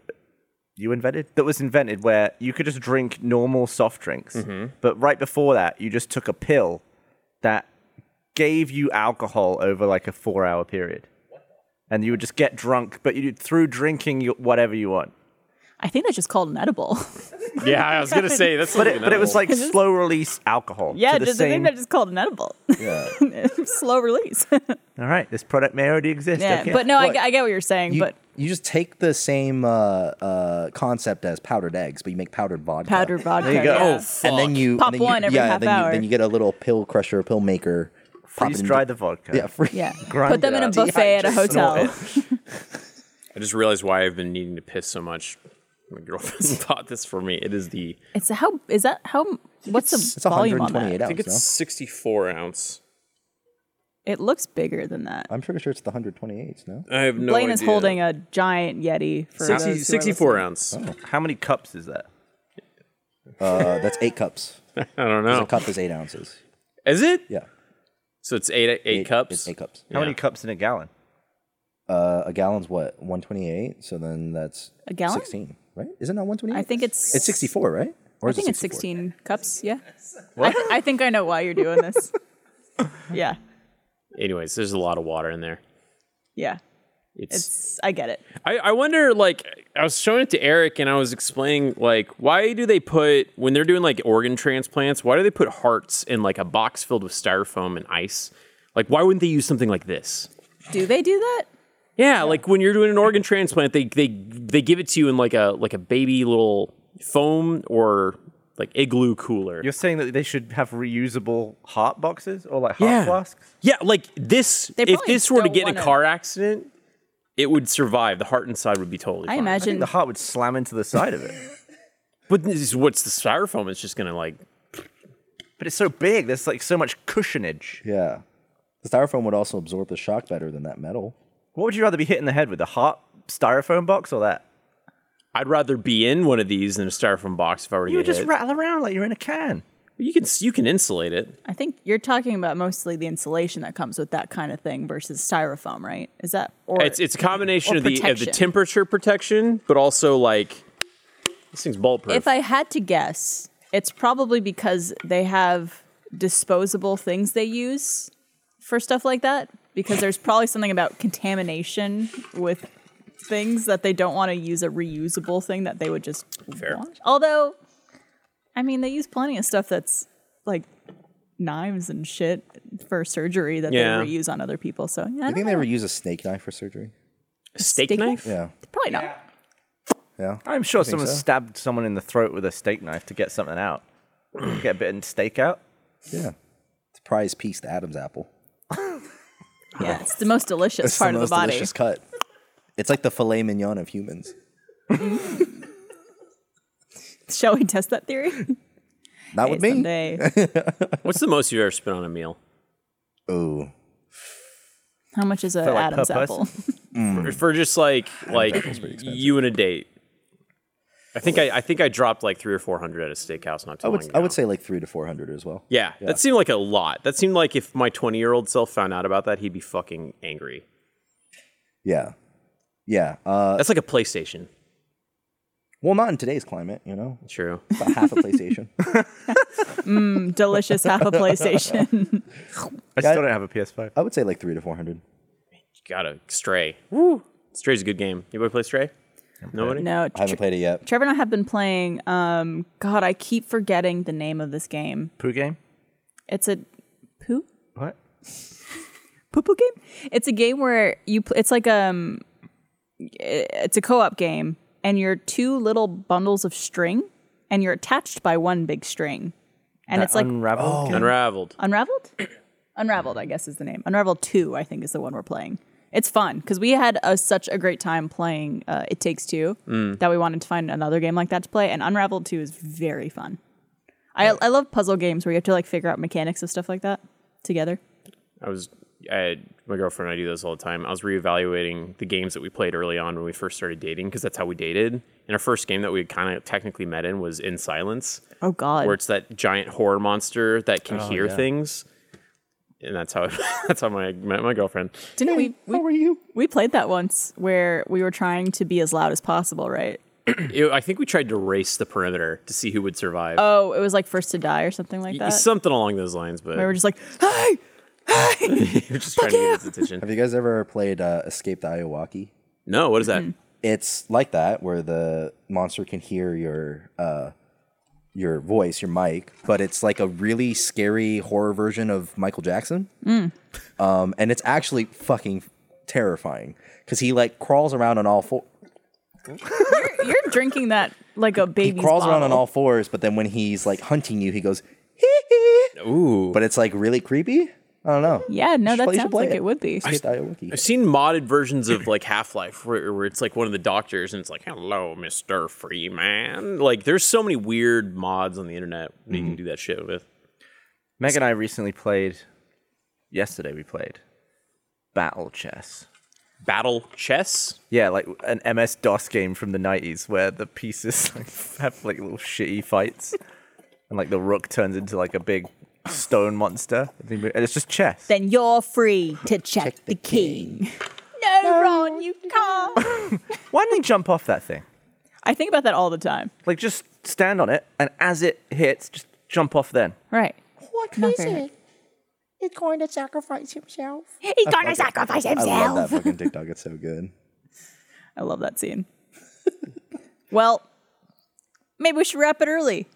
E: you invented that was invented where you could just drink
B: Mm-hmm.
E: normal soft drinks, but right before that you just took a pill that gave you alcohol over like a four hour period. And you would just get drunk, but you through drinking you, whatever you want.
B: I think that's just called an
C: [LAUGHS]
B: edible.
D: Yeah, I was gonna say that's.
E: But it, but it was like
B: [LAUGHS]
E: slow release alcohol.
B: yeah,
E: to the
B: just, I
E: same.
B: think that's just called an edible. [LAUGHS]
C: Yeah.
B: Slow release.
E: All right, this product may already exist.
B: yeah,
E: okay.
B: but no, I,
C: Look,
B: get- I get what you're saying.
C: You,
B: but
C: you just take the same uh, uh, concept as powdered eggs, but you make powdered vodka.
B: powdered vodka.
E: go.
B: yeah.
E: Oh,
C: and then you
B: Pop
C: and then you-
B: one every
C: yeah,
B: half
C: then you-
B: hour.
C: then you get a little pill crusher, pill maker. pop it
E: freeze
C: in- [LAUGHS]
E: dry the vodka.
C: Yeah, free.
B: Yeah.
E: Grind
B: Put them
E: it
B: in a
E: out.
B: buffet at a
E: Dehydrate some
B: hotel.
D: I just realized why I've been needing to piss so much. My girlfriend [LAUGHS] bought this for me. It is the.
B: It's how is that how what's the
C: It's
B: volume on that?
C: 128
D: I think
C: ounce.
D: it's
C: No?
D: 64 ounce.
B: It looks bigger than that.
C: I'm pretty sure it's the 128s.
B: [LAUGHS]
C: No,
D: I have no
B: Blaine
D: idea.
B: is holding a giant yeti for
D: 60
B: those who are
D: 64 ounce.
E: How many cups is that?
C: uh, that's eight cups.
D: [LAUGHS] I don't
C: A
E: Oh.
D: know.
C: cup is eight ounces.
D: Is it?
C: Yeah,
D: So it's eight eight
C: Eight-
D: cups.
C: It's eight cups.
E: How many cups in a gallon?
C: Uh, a gallon's what? 128. So then that's
B: A gallon?
C: 16, right? Isn't that 128?
B: I think it's
C: it's 64, right? Or
B: I
C: is it
B: think it's
C: 64?
B: 16 cups. Yeah. I, th- I think I know why you're doing this. yeah.
D: Anyways, there's a lot of water in there.
B: Yeah.
D: It's
B: It's I get it.
D: I, I wonder like I was showing it to Eric and I was explaining like why do they put when they're doing like organ transplants, why do they put hearts in like a box filled with styrofoam and ice? Like why wouldn't they use something like this?
B: Do they do that?
D: Yeah, like when you're doing an organ transplant, they they they give it to you in like a like a baby little foam or like igloo cooler.
E: You're saying that they should have reusable heart boxes or like heart
D: Yeah.
E: flasks?
D: Yeah, like this
B: They
D: if
B: probably
D: this were to
B: don't
D: get in a
B: wanna-
D: car accident, it would survive. The heart inside would be totally
B: I
E: I
D: fine.
E: think
B: imagine
E: the heart would slam into the side of it. [LAUGHS]
D: But this is- what's the styrofoam? It's just gonna like
E: But it's so big. There's like so much cushionage.
C: Yeah, the styrofoam would also absorb the shock better than that metal.
E: What would you rather be hit in the head with, the heart styrofoam box or that?
D: I'd rather be in one of these than a styrofoam box if I were to
E: You would
D: get
E: just
D: hit.
E: rattle around like you're in a can.
D: you can you can insulate it.
B: I think you're talking about mostly the insulation that comes with that kind of thing versus styrofoam, right? Is that or
D: It's it's a combination
B: or
D: of the of the
B: protection.
D: temperature protection, but also like this thing's bulletproof.
B: If I had to guess, it's probably because they have disposable things they use for stuff like that. Because there's probably something about contamination with things that they don't want to use a reusable thing that they would just
D: Fair.
B: want. Although, I mean, they use plenty of stuff that's like knives and shit for surgery that
D: Yeah.
B: they reuse on other people. So yeah, I
C: Do you
B: don't
C: think
B: know.
C: they ever use a snake knife for surgery?
D: A steak,
B: steak
D: knife?
C: Yeah,
B: probably not.
C: yeah.
E: I'm sure someone
C: so.
E: stabbed someone in the throat with a steak knife to get something [CLEARS THROAT] out. get a bit of steak out.
C: Yeah. It's a prize piece to Adam's apple.
B: Yeah, it's the most delicious
C: It's
B: part
C: the
B: of the
C: most
B: body.
C: delicious cut. It's like the filet mignon of humans.
B: [LAUGHS] Shall we test that theory?
C: Not
B: Hey,
C: with me.
B: someday.
D: What's the most you've ever spent on a meal?
C: Ooh.
B: How much is a
E: like,
B: Adam's
E: per
B: apple? [LAUGHS]
D: For, for just like like you and a date. I think I, I think I dropped like three or four hundred at a steakhouse not too
C: I
D: long
C: would
D: ago.
C: I would say like three to four hundred as well.
D: yeah, that seemed like a lot. That seemed like if my twenty year old self found out about that, he'd be fucking angry.
C: Yeah. Yeah. Uh,
D: That's like a PlayStation.
C: well, not in today's climate, you know.
D: True.
C: About half a [LAUGHS] PlayStation.
B: Delicious
C: [LAUGHS]
B: half a PlayStation.
E: I still don't have a PS5.
C: I would say like three to four hundred.
D: Gotta stray. Woo. Stray's a good game. Anybody play Stray? Nobody.
B: [LAUGHS] no,
C: I haven't
B: Tre-
C: played it yet.
B: Trevor and I have been playing. Um, God, I keep forgetting the name of this game.
E: Poo game?
B: It's a poo
E: What?
B: poo poo game. It's a game where you. Pl- it's like um, it's a co op game, and you're two little bundles of string, and you're attached by one big string, and it's like
E: unravel. game?
D: Unraveled.
B: Unraveled? Unraveled, I guess, is the name. Unraveled 2, I think, is the one we're playing. It's fun because we had a, such a great time playing uh, It Takes Two
C: Mm.
B: that we wanted to find another game like that to play. And Unraveled 2 is very fun. I, I love puzzle games where you have to like figure out mechanics of stuff like that together.
D: I was I, my girlfriend and I do this all the time. I was reevaluating the games that we played early on when we first started dating because that's how we dated. And our first game that we kind of technically met in was In Silence,
B: Oh God,
D: where it's that giant horror monster that can hear things. And that's how [LAUGHS] that's how my met my girlfriend.
B: didn't we? we were you? We played that once where we were trying to be as loud as possible, right?
D: It- I think we tried to race the perimeter to see who
F: Oh,
D: would survive.
B: Oh, it was like first to die or something like that.
D: [LAUGHS] Something along those lines, but
B: we were just like, hey,
D: You're just trying to get his attention.
C: Have you guys ever played uh, Escape the Iowaki?
D: No, what is that?
F: Mm-hmm.
C: It's like that where the monster can hear your uh, your voice, your mic, but it's like a really scary horror version of Michael Jackson. Um, and it's actually fucking terrifying because he like crawls around on all four.
B: You're drinking that like a
C: He
B: baby.
C: crawls around on all fours, but then when he's like hunting you, he goes hee hee.
D: Ooh.
C: But it's like really creepy. I don't know.
B: Yeah, no,
C: You should
B: that
C: play- you should
B: sounds
C: play
B: like it would be.
C: Escape the Iowaki.
D: I've seen modded versions of like Half Life where, where it's like one of the doctors and it's like, hello, Mr. Freeman. Like, there's so many weird mods on the internet that you can do that shit with.
E: Meg and I recently played. Yesterday we played Battle Chess.
D: Battle chess?
E: Yeah, like an MS DOS game from the nineties where the pieces [LAUGHS] like, have like little shitty fights, and like the rook turns into like a big stone monster, and it's just chess.
B: Then you're free to check, the king. No, Ron, you can't.
E: Why didn't they jump off that thing?
B: I think about that all the time.
E: Like just stand on it, and as it hits, just jump off. Then
B: Right.
G: What
B: Not
G: is
B: very
G: it? He's going to sacrifice himself.
B: He's gonna sacrifice
C: I love
B: himself.
C: that fucking TikTok. It's so good.
B: I love that scene. well, maybe we should wrap it early.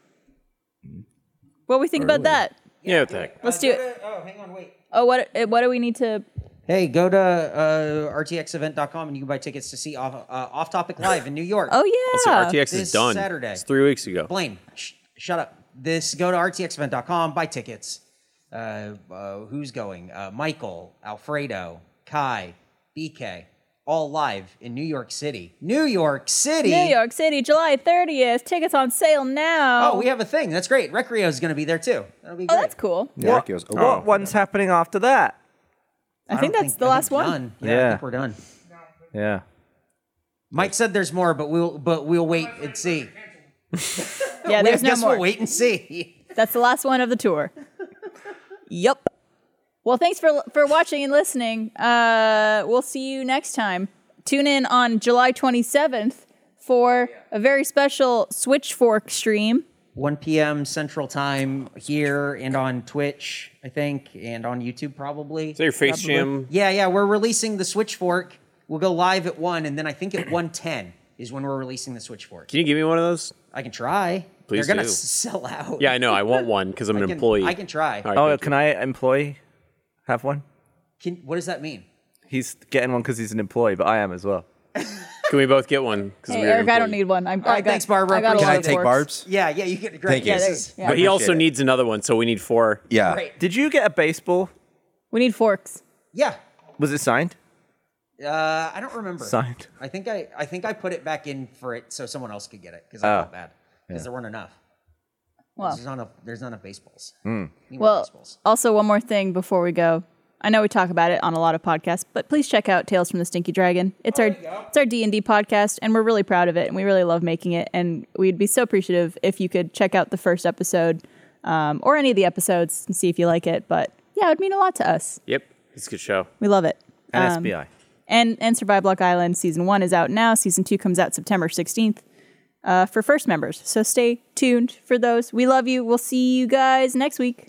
B: What do we think about that?
D: Yeah, what the heck?
B: Let's do it.
F: [LAUGHS] Oh, hang on, wait.
B: Oh, what eh, what do we need to?
F: Hey, go to uh, rtxevent.com and you can buy tickets to see Off, uh, off Topic Live in New York.
B: Oh
D: So
B: yeah.
D: RTX
F: This
D: is done.
F: Saturday.
D: It's three weeks ago.
F: Blaine, sh- shut up. This go to rtxevent.com, buy tickets. Uh, uh, who's going? Uh, Michael, Alfredo, Kai, BK, all live in New York City. New York City.
B: New York City, July 30th. Tickets on sale now.
F: Oh, we have a thing. That's great. Recreo's going to be there too. That'll be great.
B: Oh, that's cool.
C: Yeah, it goes, oh, wow.
E: what one's happening after that?
B: I, think
F: don't
B: that's the
F: I
B: last
F: think
B: one.
F: Done. Yeah, I
E: Yeah.
F: think we're done.
E: Yeah.
F: Mike said there's more, but we'll but we'll wait and see.
B: Yeah,
F: I
B: there's no
F: guess
B: more.
F: we'll wait and see. [LAUGHS]
B: That's the last one of the tour. yep. Well, thanks for for watching and listening. Uh, we'll see you next time. Tune in on July 27th for a very special Switchfork stream.
F: 1 p.m. Central Time here and on Twitch, I think, and on YouTube probably.
D: Is that your face jam?
F: Yeah, yeah, we're releasing the Switchfork. We'll go live at one, and then I think at 1:10 is when we're releasing the Switchfork.
D: Can you give me one of those?
F: I can try.
D: Please
F: They're gonna
D: do.
F: s- sell out.
D: Yeah, I know. I want one because I'm an
F: I can,
D: employee.
F: I can try.
D: All right,
E: Oh,
D: thank
E: can I employ have one?
F: Can, what does that mean?
E: He's getting one because he's an employee, but I am as well.
D: you. Can we both get one? Because
B: Hey,
D: we're
B: Eric, I don't
D: employees.
B: need one. I'm, I
F: right,
B: got,
F: thanks, Barbara.
B: I got a
F: Can
C: Can
B: lot
C: I
B: of
C: take
B: forks.
C: Barbs?
F: Yeah, yeah, you get great.
C: Thank you.
F: this
C: Yeah,
B: there-
F: is-
B: yeah.
D: But he also
C: Appreciate it.
D: needs another one, so we need four.
C: Yeah.
F: Great.
E: Did you get a baseball?
B: We need forks.
F: Yeah.
E: Was it signed?
F: Uh, I don't remember.
E: Signed.
F: I think I I think I put it back in for it so someone else could get it because I felt bad because there weren't enough.
B: Well.
F: There's not enough. There's not enough baseballs. Need more
B: Well,
F: baseballs.
B: also one more thing before we go. I know we talk about it on a lot of podcasts, but please check out Tales from the Stinky Dragon. It's our it's our D and D podcast, and we're really proud of it, and we really love making it. And we'd be so appreciative if you could check out the first episode um, or any of the episodes and see if you like it. But yeah, it would mean a lot to us.
D: Yep. It's a good show.
B: We love it.
E: And
B: Um,
E: SBI.
B: and and Survive Block Island season one is out now. Season two comes out September sixteenth uh, for first members. So stay tuned for those. We love you. We'll see you guys next week.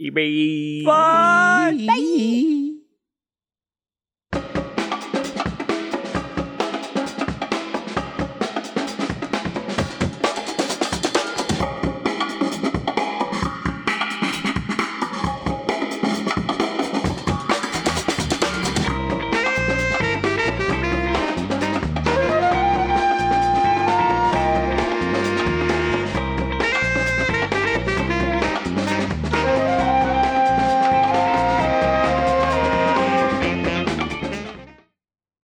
D: eBay.
B: Bye.